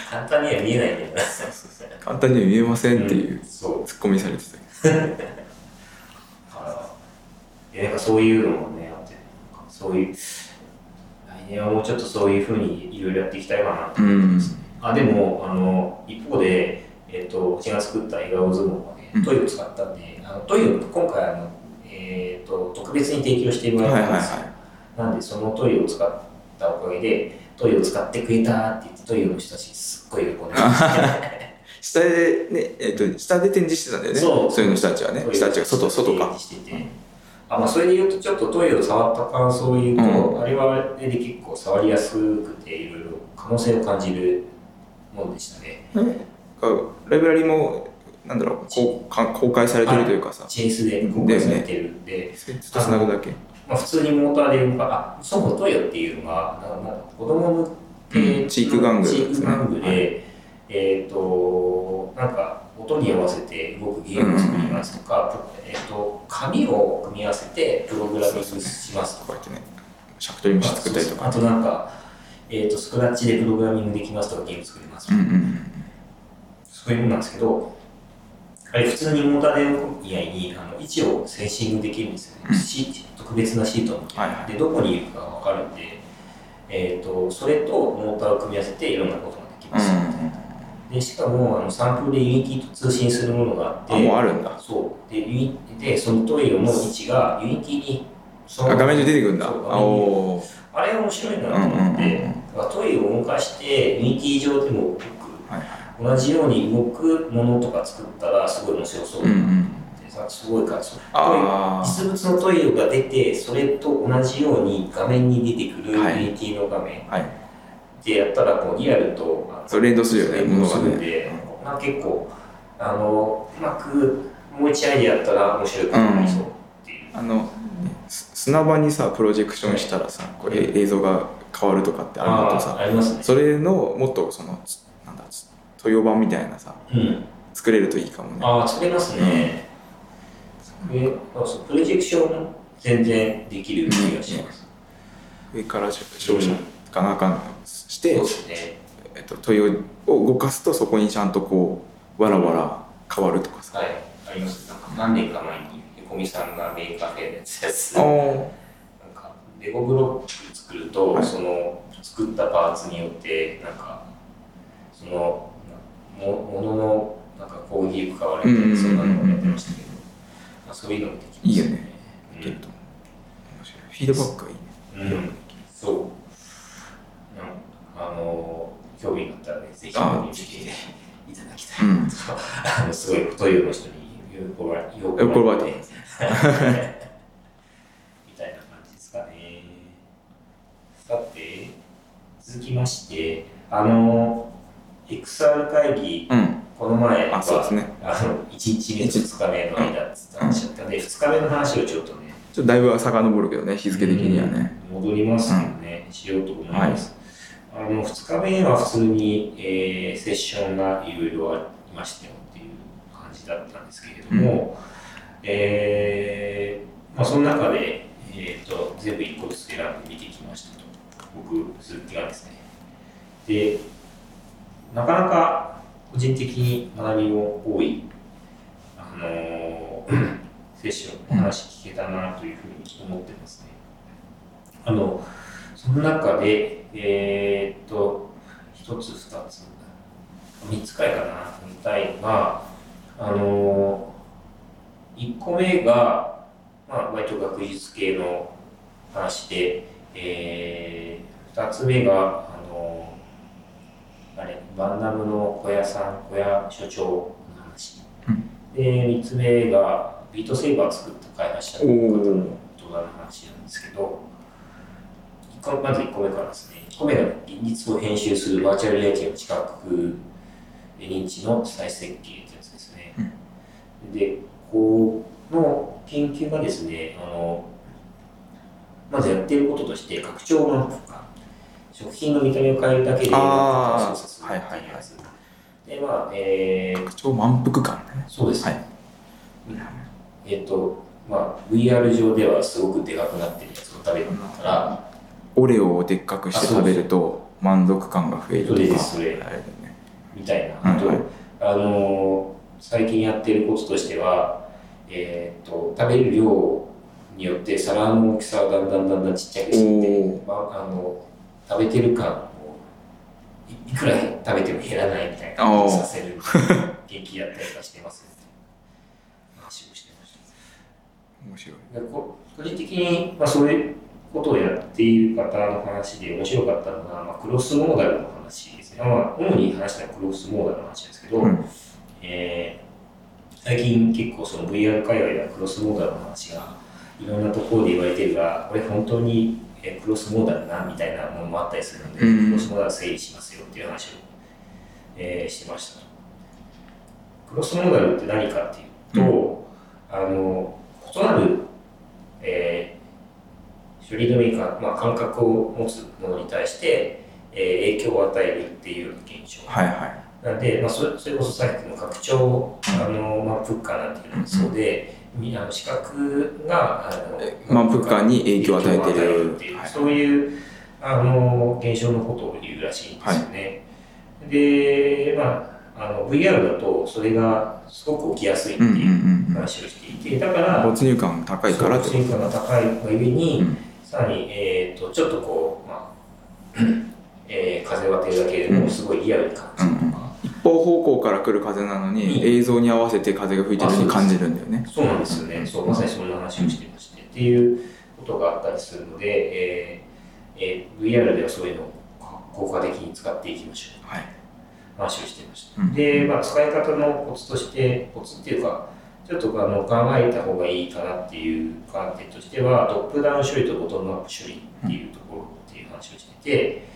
[SPEAKER 1] 簡単には見えないんだよなそう
[SPEAKER 2] 簡単には見えませんっていう、
[SPEAKER 1] そう
[SPEAKER 2] ツッコミされてたけど
[SPEAKER 1] だからえなんかそういうのもねあってなんかそういう来年はもうちょっとそういうふうにいろいろやっていきたいかなって
[SPEAKER 2] うん
[SPEAKER 1] あでもあの一方で、えっとうちが作った笑顔相撲はね
[SPEAKER 2] うん
[SPEAKER 1] トイレを使ったんで、あのトイレを今回あの、えっと特別に提供しても
[SPEAKER 2] はいはい
[SPEAKER 1] らったんですよ、
[SPEAKER 2] は
[SPEAKER 1] なんでそのトイレを使ったおかげでトイレを使ってくれたって言ってトイレの人たちすっごい喜んで
[SPEAKER 2] い下でねえっ、と下で展示してたんだよね
[SPEAKER 1] そう
[SPEAKER 2] いうの人たちはね人たちが外外か
[SPEAKER 1] しててあまあ、それで言うとちょっとトイレを触った感想を言うと、
[SPEAKER 2] う
[SPEAKER 1] あれはあれで結構触りやすくていろいろ可能性を感じるものでしたね
[SPEAKER 2] なんかライブラリもなんだろうこうか公開されてるというかさ
[SPEAKER 1] チェイスで公開されてるんで、
[SPEAKER 2] ちょっとつなぐだけ
[SPEAKER 1] まあ、普通にモーターで言うかあそもそもトイレっていうのはななんだ子供向けの、
[SPEAKER 2] うんチーク玩具
[SPEAKER 1] チーク玩具で、
[SPEAKER 2] は
[SPEAKER 1] えっ、となんか音に合わせて動くゲームを作りますとか、えっと紙を組み合わせてプログラミングしますと
[SPEAKER 2] こう
[SPEAKER 1] か
[SPEAKER 2] やってねシャクトリムシ作ったりとか
[SPEAKER 1] あとなんか、えっとスクラッチでプログラミングできますとかゲーム作りますと
[SPEAKER 2] う
[SPEAKER 1] か、
[SPEAKER 2] んうんうん
[SPEAKER 1] そういうものなんですけどあれ普通にモーターで動く以外にあの位置をセンシングできるんですよね、
[SPEAKER 2] うん
[SPEAKER 1] シート特別なシートを持って
[SPEAKER 2] はいはい
[SPEAKER 1] でどこにいるかが分かるんで、えー、とそれとモーターを組み合わせていろんなことができます、でしかもあのサンプルで Unity と通信するものがあって
[SPEAKER 2] あもうあるんだ
[SPEAKER 1] そうでユニでそのトイレの位置が Unity にその
[SPEAKER 2] あ画面で出てくるんだ
[SPEAKER 1] そう
[SPEAKER 2] あおー
[SPEAKER 1] あれ面白いなと思っ
[SPEAKER 2] うん
[SPEAKER 1] て、
[SPEAKER 2] うんうんうん
[SPEAKER 1] だからトイレを動かして Unity 上でも動く
[SPEAKER 2] はいは
[SPEAKER 1] 同じように動くものとか作ったらすごい面白そう
[SPEAKER 2] いうん
[SPEAKER 1] だ
[SPEAKER 2] う
[SPEAKER 1] なって、
[SPEAKER 2] ん
[SPEAKER 1] さすごい感想
[SPEAKER 2] あー
[SPEAKER 1] 実物のトイレが出てそれと同じように画面に出てくる
[SPEAKER 2] はい
[SPEAKER 1] Unity の画面
[SPEAKER 2] はい
[SPEAKER 1] でやったらこうリアルとあの
[SPEAKER 2] そう連動するよね
[SPEAKER 1] 連動
[SPEAKER 2] もの
[SPEAKER 1] す
[SPEAKER 2] が
[SPEAKER 1] るんで
[SPEAKER 2] ね、
[SPEAKER 1] まあ、結構あのうまくもう一アイデアやったら面白いことになりそうっていう、
[SPEAKER 2] あのす砂場にさプロジェクションしたらさこれ映像が変わるとかってあるんだと
[SPEAKER 1] あ
[SPEAKER 2] さ
[SPEAKER 1] ーありますね
[SPEAKER 2] それのもっとそのつなんだつ豊版みたいなさ
[SPEAKER 1] うん
[SPEAKER 2] 作れるといいかもね
[SPEAKER 1] ああ作れますね、えあそうプロジェクションも全然できる気がします。
[SPEAKER 2] 上から照射かなあかんして、
[SPEAKER 1] そうですね。
[SPEAKER 2] えっと、問いを動かすとそこにちゃんとこうわらわら変わるとかさ、
[SPEAKER 1] はい。あります。なんか何年か前に、横見さんがメインカフェでやってたやつ。
[SPEAKER 2] あ
[SPEAKER 1] なん
[SPEAKER 2] ー
[SPEAKER 1] か、レゴブロック作ると、
[SPEAKER 2] はい
[SPEAKER 1] その、作ったパーツによって、なんか、その、なもものの、なんか攻撃が変わるみたいな、そんなのをやってましたけど、まあ、そういうのもできます
[SPEAKER 2] いいよね
[SPEAKER 1] うん
[SPEAKER 2] ちょっと面白いフィードバックがいいね、
[SPEAKER 1] うん、そう。なんあの興味があったらね、ぜひ
[SPEAKER 2] あ
[SPEAKER 1] 見に来ていただきたいなと、あのすごい、トイレの人に喜ばれ喜ばれ
[SPEAKER 2] 喜ばれた
[SPEAKER 1] て、 みたいな感じですかね。さて、続きまして、あの、XR 会議、
[SPEAKER 2] うん
[SPEAKER 1] この前は、
[SPEAKER 2] あそうですね
[SPEAKER 1] あの1日目と2日目の間っつった話だったんで、2日目の話をちょっとね、
[SPEAKER 2] ちょっとだいぶ遡るけどね日付的にはね、
[SPEAKER 1] うん戻りますよね、しようと思います、あの2日目は普通に、えーセッションがいろいろありましたよっていう感じだったんですけれども、えーまあ、その中で、えー、と全部1個ずつ選んで見てきましたと僕鈴木がですねでなかなか個人的に学びも多い、あのー セッションの話聞けたなというふうに思ってますね。あのその中で、えーっと、一つ、二つ、三つくらいかな、見たいのが、あのー、一個目が、まあ、割と学術系の話で、えー、二つ目が、あのー、あれ、バンダムの小屋さん、小屋所長の話。
[SPEAKER 2] うん
[SPEAKER 1] で、三つ目が、ビートセイバー作った開発者の方の動画の話なんですけど、一個まず1個目からですね。1個目が現実を編集するバーチャルリアリティの知覚認知の再設計ってやつですね。で、この研究がですね、あの、まずやってることとして、拡張版とか、食品の見た目を変えるだけで、
[SPEAKER 2] あー
[SPEAKER 1] なんか操作するっていうやつ。で、まあ、えー、
[SPEAKER 2] 超満腹感ね
[SPEAKER 1] そうですね。
[SPEAKER 2] はい
[SPEAKER 1] えっ、と、まあ、VR 上ではすごくでかくなってるやつを食べるんだったら、
[SPEAKER 2] オレオをでっかくして食べると満足感が増えると
[SPEAKER 1] それで
[SPEAKER 2] か
[SPEAKER 1] すそ
[SPEAKER 2] あ
[SPEAKER 1] れ
[SPEAKER 2] れだね
[SPEAKER 1] みたいな、あと、
[SPEAKER 2] はい
[SPEAKER 1] あのー最近やってることとしては、えーっと食べる量によって皿の大きさをだんだんだんだんちっちゃくしていって
[SPEAKER 2] お、
[SPEAKER 1] まあ、あの食べてる感をいいくら食べても減らないみたいなことをさせる元気やったりとかしてますよね話をしてました。
[SPEAKER 2] 面白い
[SPEAKER 1] でこ個人的に、まあ、そういうことをやっている方の話で面白かったのが、まあ、クロスモーダルの話ですね。まあ、主に話したのはクロスモーダルの話ですけど、
[SPEAKER 2] うん
[SPEAKER 1] えー最近結構その VR 界隈ではクロスモーダルの話がいろんなところで言われてるが、これ本当にえークロスモーダルなみたいなものもあったりするので、
[SPEAKER 2] うん
[SPEAKER 1] クロスモーダル整理しますよっていう話を、えーしてました。クロスモーダルって何かっていうと、あの異なる、えー処理のみか、まあ、感覚を持つものに対して、えー影響を与えるっていうような現象。
[SPEAKER 2] はいはい
[SPEAKER 1] なんで、まあ、それそれこそさっきの拡張あの満腹感なんていうのもそうで、みあの視覚があ
[SPEAKER 2] え
[SPEAKER 1] の
[SPEAKER 2] 満腹感に影響を与えてる
[SPEAKER 1] 影響を与っていう
[SPEAKER 2] はい
[SPEAKER 1] そういうあの現象のことを言うらしいんですよね。で、まあ、あの VR だとそれがすごく起きやすいって
[SPEAKER 2] うんうん
[SPEAKER 1] いう
[SPEAKER 2] うん
[SPEAKER 1] 話をしていて、だか
[SPEAKER 2] うん
[SPEAKER 1] ら、
[SPEAKER 2] 没入感が高いからって
[SPEAKER 1] そう没入感が高いがゆえに、
[SPEAKER 2] うん
[SPEAKER 1] さらに、えー、とちょっとこう、まあ えー風を当てるだけでもすごいリアルに感じると
[SPEAKER 2] う
[SPEAKER 1] か。
[SPEAKER 2] ん一方方向から来る風なのに、
[SPEAKER 1] うん
[SPEAKER 2] 映像に合わせて風が吹いてるように感じるんだよね
[SPEAKER 1] そうなんですよね、そうまさにそんな話をしてまして、っていうことがあったりするので、えーえー VR ではそういうのを効果的に使っていきましょう
[SPEAKER 2] はい
[SPEAKER 1] 話をしてました。
[SPEAKER 2] うん
[SPEAKER 1] で、まあ、使い方のコツとして、コツっていうか、ちょっとあの考えた方がいいかなっていう観点としては、トップダウン処理とボトムアップ処理っていうところっていう話をしてて、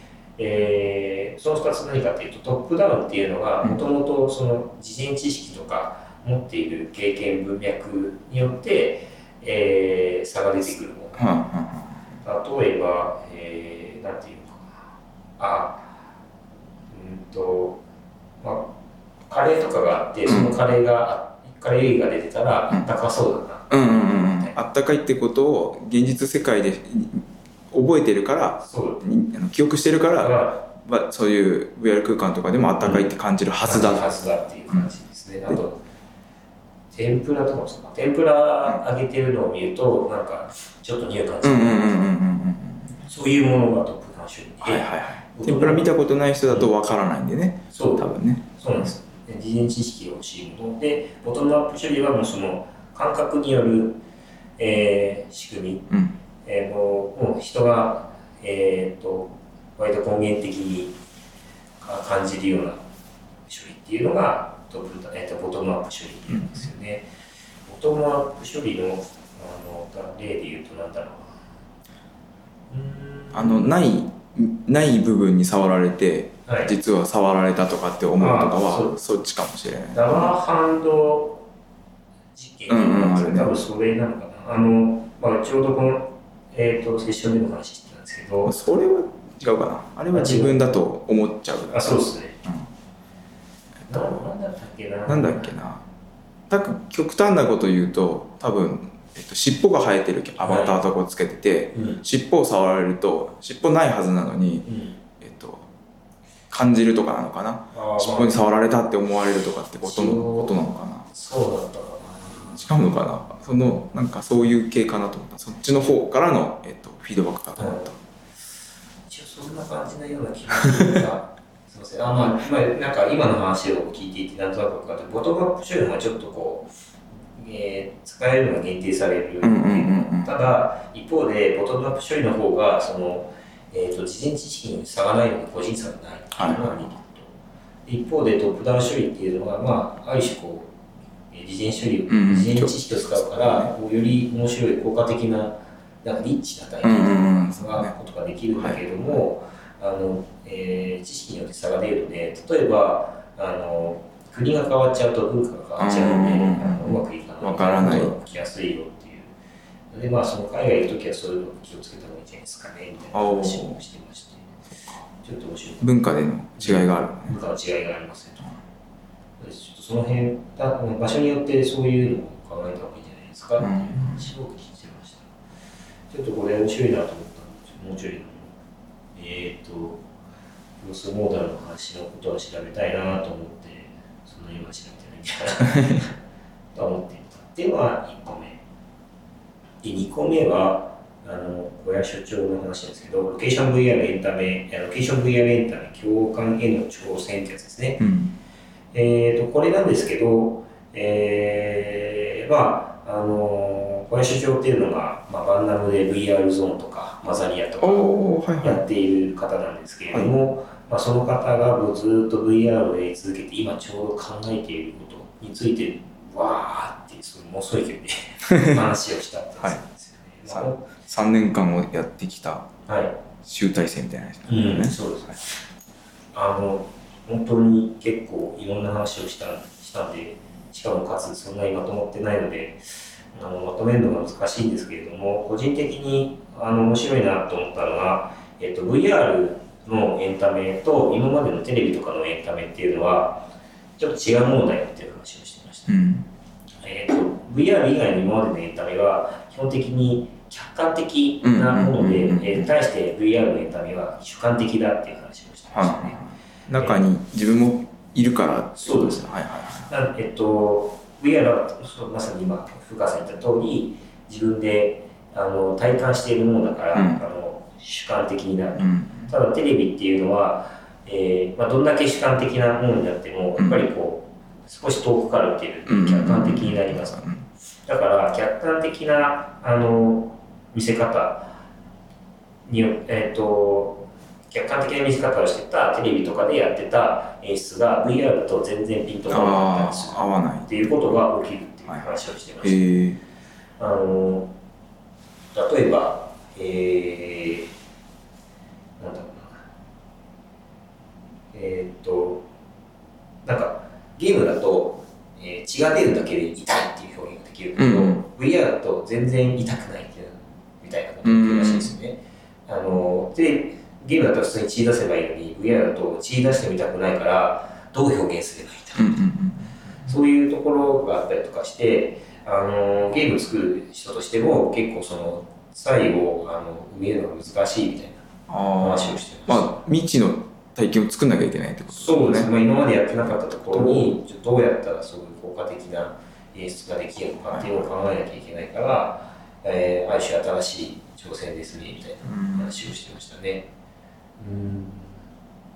[SPEAKER 1] えーその2つ何かっていうと、トップダウンっていうのが、
[SPEAKER 2] うん
[SPEAKER 1] もともとその事前知識とか持っている経験、文脈によって、えー差が出てくるもの。
[SPEAKER 2] はあは
[SPEAKER 1] 例えば、えー、なんていうのかなあうんとまあカレーとかがあってそのカレーが、カレーが出てたら
[SPEAKER 2] うん
[SPEAKER 1] あったかそうだな
[SPEAKER 2] うんうんうんうんあったかいってことを現実世界で覚えてるから
[SPEAKER 1] そう
[SPEAKER 2] にあの記憶してるか、
[SPEAKER 1] だからら
[SPEAKER 2] まあ、そういう VR 空間とかでもあったかいって感じるはずだ、
[SPEAKER 1] はずだっていう感じですね、あと天ぷらとかもそうか天ぷら揚げてるのを見るとなんかちょっと匂い感じ
[SPEAKER 2] うん
[SPEAKER 1] る、
[SPEAKER 2] うんうんうんうんうん
[SPEAKER 1] そういうものがトップガン主義
[SPEAKER 2] はい
[SPEAKER 1] で、
[SPEAKER 2] はいはい天ぷら見たことない人だとわからないんでね
[SPEAKER 1] そう
[SPEAKER 2] 多分ね
[SPEAKER 1] そうなんです。で事前知識が欲しいもので、ボトムアップ処理はもうその感覚による、えー仕組み、
[SPEAKER 2] うん
[SPEAKER 1] えーもうもう人が、えー、と割と根源的にか感じるような処理っていうのがトップ、えー、とボトムアップ処理っていうんですよね。ボトムアップ処理のあのだ例で言うとなんだろうな。うーん
[SPEAKER 2] あのないない部分に触られて
[SPEAKER 1] はい
[SPEAKER 2] 実は触られたとかって思うとか
[SPEAKER 1] あ
[SPEAKER 2] はそっちかもしれない
[SPEAKER 1] ダワーハンド実験っていうのがあるんですけど多分それなのかな。あの、まあ、ちょうどこの、えっ、と、セッションでも話してたんですけど、
[SPEAKER 2] それは違うかなあれは自分だと思っちゃう
[SPEAKER 1] あ、そうですね。
[SPEAKER 2] うん
[SPEAKER 1] ななんだったっけな。
[SPEAKER 2] なんだっけななんか極端なこと言うと多分、えっと、尻尾が生えてるアバターとかをつけてて、
[SPEAKER 1] うん。うん。
[SPEAKER 2] 尻尾を触られると尻尾ないはずなのに、えっと、感じるとかなのかな
[SPEAKER 1] あーまあ
[SPEAKER 2] 尻尾に触られたって思われるとかってことの
[SPEAKER 1] そう
[SPEAKER 2] ことなのかな
[SPEAKER 1] そうだったか
[SPEAKER 2] 違うのかなそのなんかそういう系かなと思ったそっちの方からの、えっと、フィードバックかと思った、
[SPEAKER 1] な。一応そんな感じのような気がするが。 すいません。あ、まあ、まあ、なんか今の話を聞いていて、なんとなく分かって、ボトムアップ処理はちょっとこう、えー使えるのが限定されるよう
[SPEAKER 2] う
[SPEAKER 1] に
[SPEAKER 2] ん、うんうんうん
[SPEAKER 1] ただ一方でボトムアップ処理の方がその、えー、と事前知識に差がないので個人差がないっていうのがメリット、一方でトップダウン処理っていうのは、まあ、ある種こうえー事前処理を、
[SPEAKER 2] うんうん
[SPEAKER 1] 事前知識を使うから、こうより面白い効果的ななんかリッチな体
[SPEAKER 2] うんう
[SPEAKER 1] 験
[SPEAKER 2] んうん
[SPEAKER 1] と
[SPEAKER 2] そう
[SPEAKER 1] か
[SPEAKER 2] だね
[SPEAKER 1] ことができるんだけども、あのえー知識によって差が出るので例えばあの国が変わっちゃうと文化が変わっちゃうので、
[SPEAKER 2] うんうんうん
[SPEAKER 1] あのうまくいかない
[SPEAKER 2] わからない
[SPEAKER 1] 来やすいよっていうでまあその海外行くときはそういうのを気をつけた方がいいんじゃないですかねみたいな話もしてましてちょっと面白い
[SPEAKER 2] 文化での違いがあるのね
[SPEAKER 1] 文化の違いがありますねとちょっとその辺だ場所によってそういうのを考えた方がいいんじゃないですかっていう話を聞いてましたちょっとこれ面白いなと思ったのでもうちょいえっ、ー、とクロスモーダルの話のことは調べたいなと思ってそんな今調べてないんだなと思っていたでは1個目で2個目はあの小屋所長の話なんですけどロケーション VR エンタメいやロケーション VR エンタメ共感への挑戦ってやつですね、
[SPEAKER 2] うん
[SPEAKER 1] えー、とこれなんですけど、えーまああの小林所長っていうのが、まあ、バンナムで VR ゾーンとかマザリアと
[SPEAKER 2] おお
[SPEAKER 1] か
[SPEAKER 2] はいは
[SPEAKER 1] や
[SPEAKER 2] い
[SPEAKER 1] っている方なんですけれども、まあ、その方がもうずっと VR をやり続けて今ちょうど考えていることについてわーってそのものすごい勢い で話をしたってやつなんですよね。
[SPEAKER 2] はい
[SPEAKER 1] ま
[SPEAKER 2] 3年間をやってきた
[SPEAKER 1] あはい
[SPEAKER 2] 集大成みたいなやつだよ
[SPEAKER 1] うん、
[SPEAKER 2] ね
[SPEAKER 1] そうですね。あの、本当に結構いろんな話をしたしたんで、しかもかつそんなにまとまってないので、あのまとめるのが難しいんですけれども、個人的にあの面白いなと思ったのが、えっと、VR のエンタメと今までのテレビとかのエンタメっていうのは、ちょっと違うものだよっていう話をしてました。
[SPEAKER 2] うん
[SPEAKER 1] えー、と VR 以外の今までのエンタメは基本的に客観的なもので、
[SPEAKER 2] うんうんうんうん
[SPEAKER 1] えー対して VR のエンタメは主観的だっていう話をしてましたね。
[SPEAKER 2] はい、中に自分もいるから
[SPEAKER 1] そうです
[SPEAKER 2] はいはいは
[SPEAKER 1] なんえっと VR はそうまさに今深川さん言った通り自分であの体感しているものだから、
[SPEAKER 2] うん
[SPEAKER 1] あの主観的になる
[SPEAKER 2] い、うん、
[SPEAKER 1] ただテレビっていうのは、えーまあ、どんだけ主観的なものになってもやっぱりこう少し遠くから見てる
[SPEAKER 2] うん
[SPEAKER 1] 客観的になります
[SPEAKER 2] うん
[SPEAKER 1] だから客観的なあの見せ方によ、えー、と客観的な見せ方をしてたテレビとかでやってた演出が VR だと全然ピンとこなかった
[SPEAKER 2] あ
[SPEAKER 1] りす
[SPEAKER 2] あ
[SPEAKER 1] る
[SPEAKER 2] 合わない
[SPEAKER 1] っていうことが起きるっていう話をしてました。
[SPEAKER 2] へえ
[SPEAKER 1] あの例えば、えー、なんだろうな、えーっと、なんかゲームだと、えー血が出るだけで痛いっていう表現ができるけど、
[SPEAKER 2] うん
[SPEAKER 1] VR だと全然痛くないっていうみたいなことが言ってるらしいですよね。あのでゲームだと普通に血出せばいいのに、VR だと血出してみたくないから、どう表現すればいいんだろ
[SPEAKER 2] う
[SPEAKER 1] う
[SPEAKER 2] んうん
[SPEAKER 1] そういうところがあったりとかして、ああのゲーム作る人としても結構その際をあの埋めるのが難しいみたいな
[SPEAKER 2] あ
[SPEAKER 1] 話
[SPEAKER 2] あ
[SPEAKER 1] をしてます、
[SPEAKER 2] まあ未知の体験を作んなきゃいけないってこと
[SPEAKER 1] そうですね、
[SPEAKER 2] ね
[SPEAKER 1] まあ、今までやってなかったところにちょっとどうやったらそういう効果的な演出ができるのかっていうのを考えなきゃいけないから、えーある種新しい挑戦ですねみたいな
[SPEAKER 2] うん
[SPEAKER 1] 話をしてましたね。うん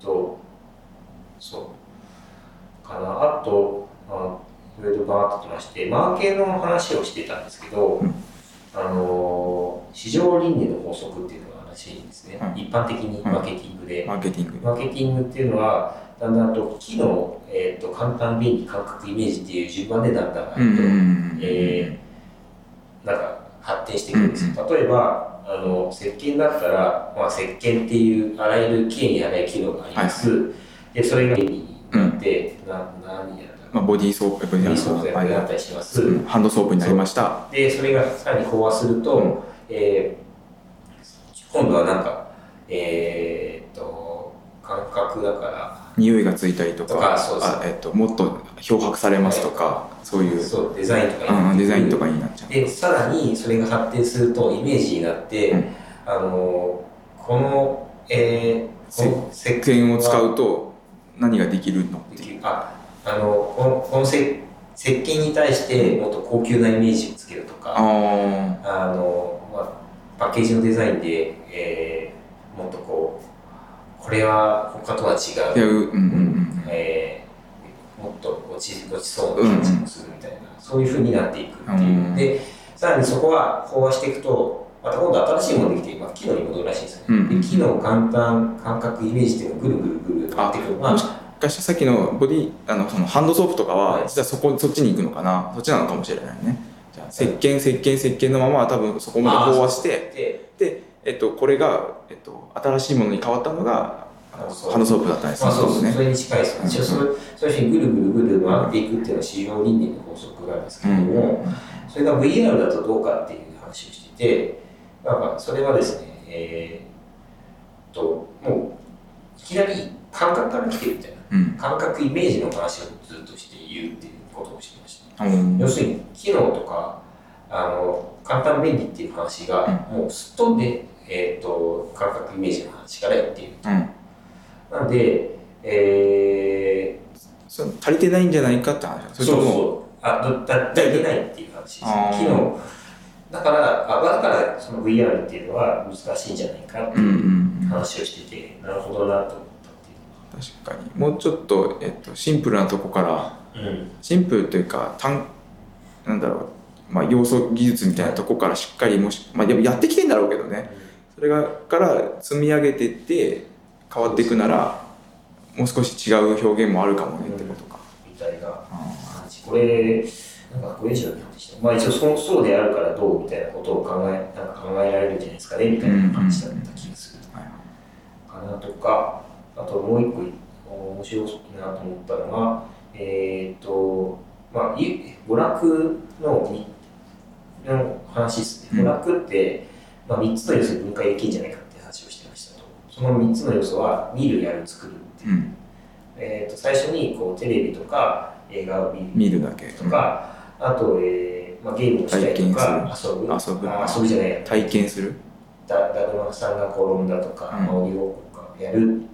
[SPEAKER 1] と、そう。かな。あと、まあ、いろいろバーっときまして、マーケーの話をしてたんですけど、
[SPEAKER 2] うん
[SPEAKER 1] あのー市場倫理の法則っていうのがらしいんですね。
[SPEAKER 2] はい
[SPEAKER 1] 一般的にマーケティングで。
[SPEAKER 2] マーケティングで
[SPEAKER 1] マーケティングっていうのは、だんだんと機能、えー、と簡単、便利、感覚、イメージっていう順番でだんだん、
[SPEAKER 2] うんうんうん
[SPEAKER 1] えなんか発展していくんですよ。例えば、あの石鹸だったら、まあ、石鹸っていうあらゆる機にあらゆる機能があります。でそれが便利になって、な何やら
[SPEAKER 2] まあ、ボディーソープやっぱり
[SPEAKER 1] な、
[SPEAKER 2] あ
[SPEAKER 1] リ
[SPEAKER 2] の
[SPEAKER 1] ソース
[SPEAKER 2] あれ
[SPEAKER 1] になったりします。
[SPEAKER 2] うんハンドソープになりました
[SPEAKER 1] でそれがさらに飽和すると、
[SPEAKER 2] うん
[SPEAKER 1] えー今度はなんかえーっと感覚だから。
[SPEAKER 2] 匂いがついたりとか
[SPEAKER 1] とかそうそう
[SPEAKER 2] あえっともっと漂白されますとかそういう
[SPEAKER 1] そうデザインとか
[SPEAKER 2] うんうんデザインと
[SPEAKER 1] か
[SPEAKER 2] かになっちゃう
[SPEAKER 1] でさらにそれが発展するとイメージになって、
[SPEAKER 2] うん
[SPEAKER 1] あのこのえー、この石
[SPEAKER 2] 石鹸を使うと何ができるのっていう
[SPEAKER 1] ああのこのこの石石鹸に対してもっと高級なイメージをつけると
[SPEAKER 2] あ
[SPEAKER 1] か
[SPEAKER 2] ー
[SPEAKER 1] あの、まあ、パッケージのデザインで、えーもっとこうこれは他とは違う
[SPEAKER 2] 違ううんうんうん
[SPEAKER 1] えーもっとごちごちそうな感じもするみたいな、そういうふうになっていくっていう、
[SPEAKER 2] うん
[SPEAKER 1] でさらにそこは飽和していくとまた今度新しいものできて今機能に戻るらしいんですよね、
[SPEAKER 2] うん
[SPEAKER 1] で機能簡単感覚イメージっていうのがぐるぐるぐると回ってくるのが
[SPEAKER 2] もしかしてさっきのボディあのそのハンドソープとかは、
[SPEAKER 1] はい
[SPEAKER 2] 実はそこそっちに行くのかなそっちなのかもしれないねじゃあ石鹸石鹸石鹸のまま多分そこまで飽和して
[SPEAKER 1] で
[SPEAKER 2] で、えっと、これが、えっと、新しいものに変わったのがあの
[SPEAKER 1] そう
[SPEAKER 2] ハンドソープだったんです
[SPEAKER 1] まあそ
[SPEAKER 2] そ
[SPEAKER 1] う
[SPEAKER 2] う
[SPEAKER 1] そう
[SPEAKER 2] です
[SPEAKER 1] それに近いですよね、一応それそういうふうにぐるぐるぐる回っていくっていうのは市場倫理の法則なんですけ
[SPEAKER 2] う
[SPEAKER 1] ど
[SPEAKER 2] ん
[SPEAKER 1] も、それが VR だとどうかっていう話をしていて、なんかそれはですね、えーっと、もういきなり感覚から来てるみたいな、
[SPEAKER 2] うん
[SPEAKER 1] 感覚、イメージの話をずっとして言うっていうことをしてました。
[SPEAKER 2] うん
[SPEAKER 1] 要するに、機能とか、あの簡単便利っていう話が、もうすっ飛んで、えーっと感覚、イメージの話からやっている。
[SPEAKER 2] うん
[SPEAKER 1] なんで、え
[SPEAKER 2] その足りてないんじゃないかって話
[SPEAKER 1] ー、
[SPEAKER 2] それとも
[SPEAKER 1] う、あ、どだ、だいてないっていう話です。
[SPEAKER 2] あー
[SPEAKER 1] 機能だから、あだからその VR っていうのは難しいんじゃないかって
[SPEAKER 2] うんう
[SPEAKER 1] いうん話をしてて、なるほどなと思っ
[SPEAKER 2] 確かにもうちょっと、えっと、シンプルなとこから
[SPEAKER 1] たっていう。うん、
[SPEAKER 2] シンプルというか単なんだろう、まあ、要素技術みたいなとこからしっかりもし、まあ、でもやってきてんだろうけどねそれがから積み上げてって変わっていくならもう少し違う表現もあるかもねってことか、
[SPEAKER 1] みたいな
[SPEAKER 2] あ
[SPEAKER 1] 感じ。これ、なんかこれ以上になってきた。まあ一応そうそうであるからどうみたいなことを考え、なんか考えられるんじゃないですかねみたいな話だった気がする。
[SPEAKER 2] ーはい
[SPEAKER 1] かなとか、あともう一個面白いなと思ったのが、えっ、と、まあ、い娯楽のにの話ですね。
[SPEAKER 2] うん
[SPEAKER 1] 娯楽って、まあ、3つの要素に分解できるんじゃないかって話をしてましたと。その3つの要素は、見る、やる、作るっていう。
[SPEAKER 2] うん、
[SPEAKER 1] えっ、と、最初にこうテレビとか映画を見る
[SPEAKER 2] 見るだけ、
[SPEAKER 1] とか、あと、えーまあ、ゲームをしたりとか、遊ぶ。
[SPEAKER 2] 験する遊ぶ
[SPEAKER 1] あ遊ぶじゃないや。
[SPEAKER 2] 体験する
[SPEAKER 1] だだるまさんが転んだとか、
[SPEAKER 2] うん
[SPEAKER 1] 鬼ごっこがやるっていう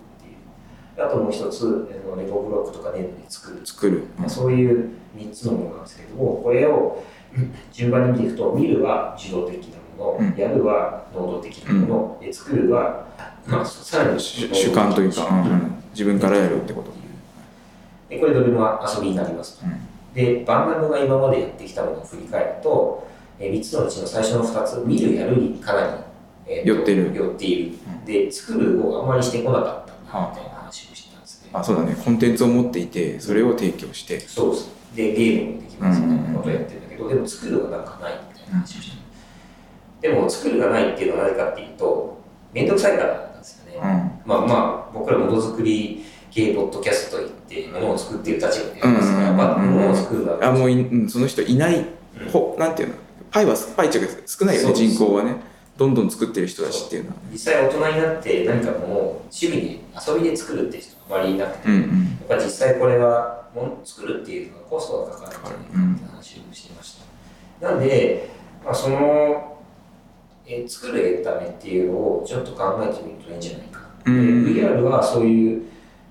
[SPEAKER 1] あともう一つあのレゴブロックとか粘土で作る、
[SPEAKER 2] 作る、うん
[SPEAKER 1] そういう3つのものなんですけどもこれをうん順番に見ていくと見るは受動的なもの、
[SPEAKER 2] うん
[SPEAKER 1] やるは能動的なもの、で作るは、まあ、さらに
[SPEAKER 2] 主主観というか、うんうん自分からやるってこと、
[SPEAKER 1] でこれどれも遊びになりますと、
[SPEAKER 2] うん
[SPEAKER 1] でバンダムが今までやってきたものを振り返ると、え3つのうちの最初の2つ見るやるにかなり、えと
[SPEAKER 2] 寄ってる
[SPEAKER 1] 寄っている、
[SPEAKER 2] うん
[SPEAKER 1] で作るをあまりしてこなかったな
[SPEAKER 2] はあ
[SPEAKER 1] みたいな話をしてたんですね、
[SPEAKER 2] あそうだねコンテンツを持っていてそれを提供して、
[SPEAKER 1] そうですでゲームもできますみたいなことをやってるんだけど、でも作るがなんかないみたいな話をしてた、でも作るがないっていうのは何かっていうと面倒くさいからなんですよね、
[SPEAKER 2] うん
[SPEAKER 1] まあまあ、僕らものづくり系ポッドキャストといって、ものを作っている立場でありますか
[SPEAKER 2] うんうん
[SPEAKER 1] ら、
[SPEAKER 2] うん
[SPEAKER 1] まあ、ものを作るなら、
[SPEAKER 2] あもういうんその人いない、
[SPEAKER 1] うん
[SPEAKER 2] ほなんていうのパイはパイっていうか少ないよね
[SPEAKER 1] そうそう
[SPEAKER 2] 人口はねどんどん作ってる人たちっていうのはね
[SPEAKER 1] 実際大人になって何かものを趣味で遊びで作るって人はあまりいなくて、
[SPEAKER 2] うんう
[SPEAKER 1] や
[SPEAKER 2] ん
[SPEAKER 1] っぱ実際これはものを作るっていうのがコストがかかるんじゃないかって話をしてました。なんで、まあ、その、えー作るエンタメっていうのをちょっと考えてみるといいんじゃないか。
[SPEAKER 2] うん
[SPEAKER 1] VR はそういう、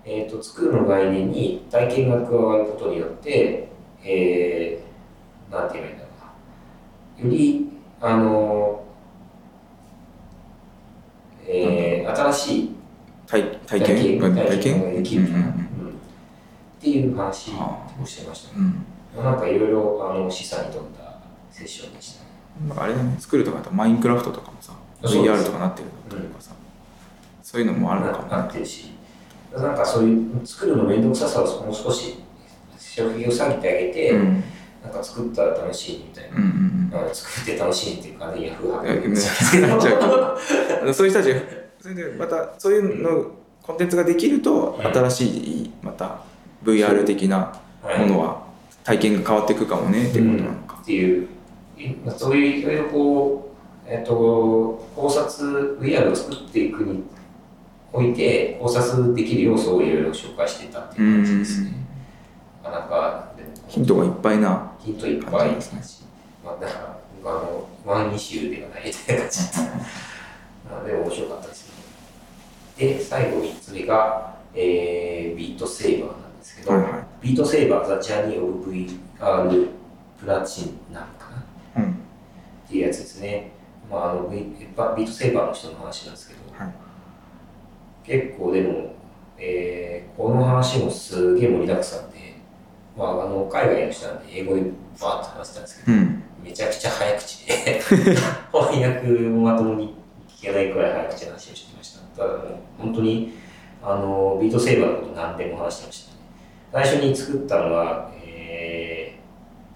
[SPEAKER 1] えー、と作るの概念に体験が加わることによって、えー、なんて言えばいいんだろうな。より、あの、えー新しい
[SPEAKER 2] 体体験
[SPEAKER 1] 体験が
[SPEAKER 2] う
[SPEAKER 1] で
[SPEAKER 2] ん
[SPEAKER 1] きる
[SPEAKER 2] う
[SPEAKER 1] か
[SPEAKER 2] ん
[SPEAKER 1] な、うんっていう話をしてましたね。
[SPEAKER 2] うん
[SPEAKER 1] なんかいろいろあの示唆に富んだセッションでしたね。
[SPEAKER 2] うんなんかあれだね作るとかだとマインクラフトとかもさ
[SPEAKER 1] あそうです
[SPEAKER 2] VR とかなってるというかさ、そういうのもあるのかも
[SPEAKER 1] ななってるし、なんかそういう作るの面倒くささをもう少し職業下げてあげて、
[SPEAKER 2] うん
[SPEAKER 1] なんか作ったら楽しいみたいな。
[SPEAKER 2] うんうん
[SPEAKER 1] なんか作って楽しいっていうかね、ヤフーハ
[SPEAKER 2] うん
[SPEAKER 1] ック
[SPEAKER 2] なっちゃうけどあのそういう人たちがそれでまたそういうの、コンテンツができると
[SPEAKER 1] うん
[SPEAKER 2] 新しいまた VR 的な ものは体験が変わっていくかもねっていうことなのか、
[SPEAKER 1] っていう、まあそういういろいろこう、えっと、考察、VR を作っていくにおいて、考察できる要素をいろいろ紹介してたって
[SPEAKER 2] うん
[SPEAKER 1] いう
[SPEAKER 2] うん
[SPEAKER 1] 感
[SPEAKER 2] う
[SPEAKER 1] じ
[SPEAKER 2] ん
[SPEAKER 1] ですね。なかなか、でも
[SPEAKER 2] ヒントがいっぱいな
[SPEAKER 1] ヒントいっぱいですし、まあ、だから、僕はあの、ワン、二週ではないみたいな感じで、なので面白かったですね。で、最後3つ目が、えー、ビートセイバーなんですけど、
[SPEAKER 2] はいは
[SPEAKER 1] ビートセイバー、ザ・ジャーニー・オブ・ VR ・プラチナムかなっ
[SPEAKER 2] い、うん、
[SPEAKER 1] ていうやつですね。まあ、あの、V- やっぱビートセイバーの人の話なんですけど、
[SPEAKER 2] はい
[SPEAKER 1] 結構でも、えーこの話もすげえ盛りだくさんで、まあ、あの、海外の人なんで英語でバーッと話してたんですけど、
[SPEAKER 2] うん
[SPEAKER 1] めちゃくちゃ早口で 翻訳もまともに聞けないくらい早口な話をしてましたただもう本当にあのビートセーバーのこと何でも話してましたね最初に作ったのは、えー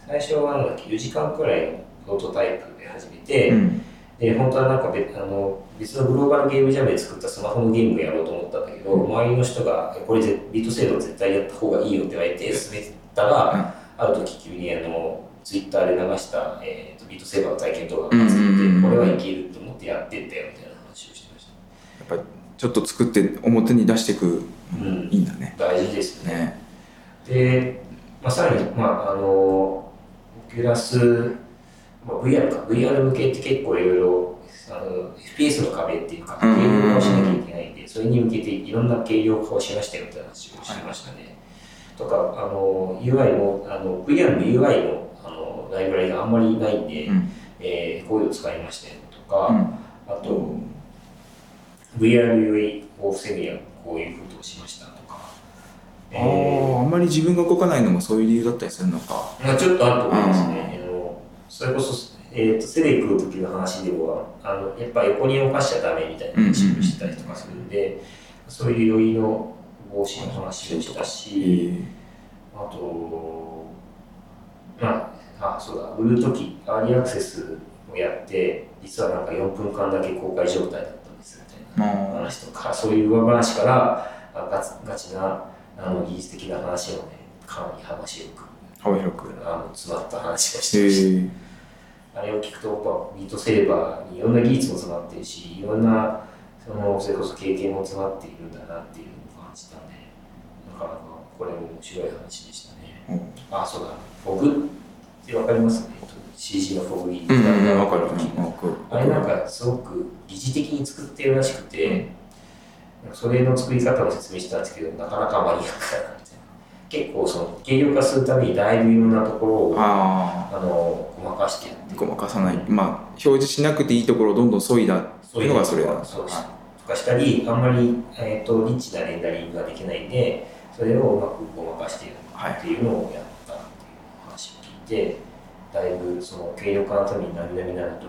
[SPEAKER 1] 最初はなんだっけ4時間くらいのプロトタイプで始めて、
[SPEAKER 2] うん
[SPEAKER 1] で本当はなんか別あの別のグローバルゲームジャムで作ったスマホのゲームをやろうと思ったんだけど、
[SPEAKER 2] うん
[SPEAKER 1] 周りの人がえ「これぜビートセーバー絶対やった方がいいよ」って言われて進めたら、
[SPEAKER 2] うん
[SPEAKER 1] ある時急にあのツイッターで流した、えー、とビートセーバーの体験動画
[SPEAKER 2] うん
[SPEAKER 1] が
[SPEAKER 2] うん
[SPEAKER 1] 作って、
[SPEAKER 2] うんうん
[SPEAKER 1] これはいけると思ってやってんだよみたいな話をしてました、
[SPEAKER 2] やっぱりちょっと作って表に出していくのもいいんだね。
[SPEAKER 1] 大事ですね
[SPEAKER 2] ね
[SPEAKER 1] で、まあ、さらに、まあ、あのオキュラス、まあ、VR か VR 向けって結構いろいろあの FPS の壁っていうか
[SPEAKER 2] う
[SPEAKER 1] 軽
[SPEAKER 2] んうんうん
[SPEAKER 1] 量化をしなきゃいけないんでそれに向けていろんな軽量化をしましたよって話をしてましたね、とかあの UI もあの VR の UI のあのライブラリがあんまりないんで、
[SPEAKER 2] うん
[SPEAKER 1] えーこういうの使いましたよと
[SPEAKER 2] う
[SPEAKER 1] か、
[SPEAKER 2] ん
[SPEAKER 1] あと VRUA を防ぐにはこういうことをしましたとか、
[SPEAKER 2] あ
[SPEAKER 1] えー
[SPEAKER 2] ーあんまり自分が動かないのもそういう理由だったりするのか。
[SPEAKER 1] まあ、ちょっとあると思いますね。あのそれこそ、えー、とセレクの時の話でもあのやっぱ横に動かしちゃダメみたいな話をしてたりとかするんで、そういう余裕の防止の話をしたし、あと、まあ、あそうだ、売る時アーリーアクセスをやって、実はなんか4分間だけ公開状態だったんですみたいな。
[SPEAKER 2] まあ、
[SPEAKER 1] 話とかそういう上話からあガチガチなあの技術的な話をねかなり話をく
[SPEAKER 2] 幅広く。
[SPEAKER 1] あの詰まった話をしてまし
[SPEAKER 2] へえ。
[SPEAKER 1] たあれを聞くとやっぱビートセーバーにいろんな技術も詰まってるしいろんなそのそれこそ経験も詰まっているんだなっていうのを感じたんでなかなかこれも面白い話でしたね
[SPEAKER 2] うん
[SPEAKER 1] あそうだフォグってわかりますね CG のフォグに
[SPEAKER 2] うんうんわかる。うんわかる
[SPEAKER 1] あれなんかすごく疑似的に作ってるらしくて、それの作り方を説明してたんですけど、なかなかマニアックだなみたいな。結構その軽量化するためにだいぶいろんなところをあ
[SPEAKER 2] あ
[SPEAKER 1] のごまかしてやって
[SPEAKER 2] あ。ごまかさない。まあ表示しなくていいところをどんどん削いだっていうのがそれだ。
[SPEAKER 1] そうです
[SPEAKER 2] は
[SPEAKER 1] とかしたり、あんまり、えー、とリッチなレンダリングができないんで、それをうまくごまかしてやる
[SPEAKER 2] はい
[SPEAKER 1] っていうのをやったっていう話を聞いて、だいぶその軽量化のために並々なら努力
[SPEAKER 2] い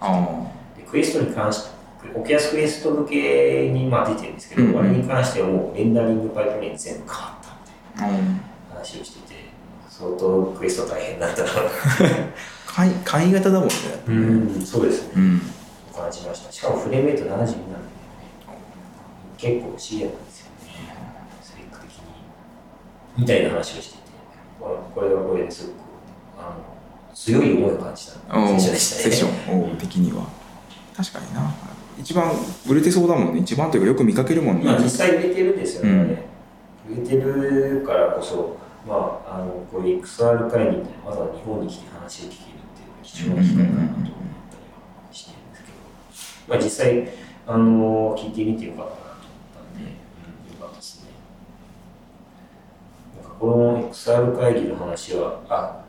[SPEAKER 2] あ
[SPEAKER 1] でクエストに関してオキアスクエスト向けにまあ出てるんですけど、
[SPEAKER 2] うん
[SPEAKER 1] あれに関してはもうレンダリングパイプライン全部変わったみたい
[SPEAKER 2] あ。うん。
[SPEAKER 1] な話をしてて相当クエスト大変だったな
[SPEAKER 2] 簡易簡易型だもんね。
[SPEAKER 1] うんそうですね
[SPEAKER 2] うん。
[SPEAKER 1] 感じましたしかもフレームレート72なんでね結構シビアなんですよねスペック的にみたいな話をしててこれこれはこれですごくあの強い思いを感じたセ
[SPEAKER 2] うん
[SPEAKER 1] ッションでした
[SPEAKER 2] セッ
[SPEAKER 1] ね
[SPEAKER 2] ション的には確かにな一番売れてそうだもんね一番というかよく見かけるもんね、
[SPEAKER 1] まあ、実際売れてるんですよね、売れてるからこそ、まあ、あのこういう XR 会議みたいなわざわざ日本に来て話を聞けるっていうのは貴貴重な機会だなと思ったりはしてるんですけど、まあ、実際、あの聞いてみてよかったなと思ったんで、うん、よかったですね。なんかこの XR 会議の話は、あ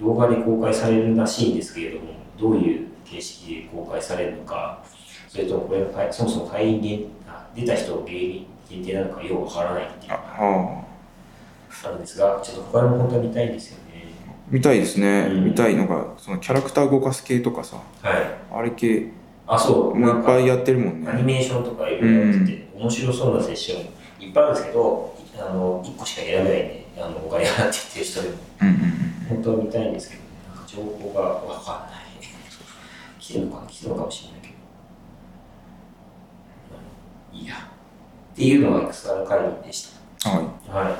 [SPEAKER 1] 動画で公開されるらしいんですけれども、どういう形式で公開されるのか、それともこれが会そもそも会員限あ出た人限限定なのかようわからないっていうのが
[SPEAKER 2] はあ
[SPEAKER 1] あるんですが、ちょっと他の本当は見たいんですよね。
[SPEAKER 2] 見たいですね、
[SPEAKER 1] うん
[SPEAKER 2] 見たいのがそのキャラクター動かす系とかさ
[SPEAKER 1] はい。
[SPEAKER 2] あれ系
[SPEAKER 1] あ、そう。
[SPEAKER 2] もういっぱい
[SPEAKER 1] なんか
[SPEAKER 2] やってるもん
[SPEAKER 1] アニ
[SPEAKER 2] ね
[SPEAKER 1] メーションとかいろいろやってて、面白そうなセッションいっぱいあるんですけど、あの1個しか選べないんで、あのお金払って言ってる人でも、
[SPEAKER 2] うんうんうん
[SPEAKER 1] 本当は見たいんですけど、なんか情報がわかんない。来てるのかな来てるのかもしれないけど。うんいいや。っていうのが XR 会議でし
[SPEAKER 2] は
[SPEAKER 1] た。はい。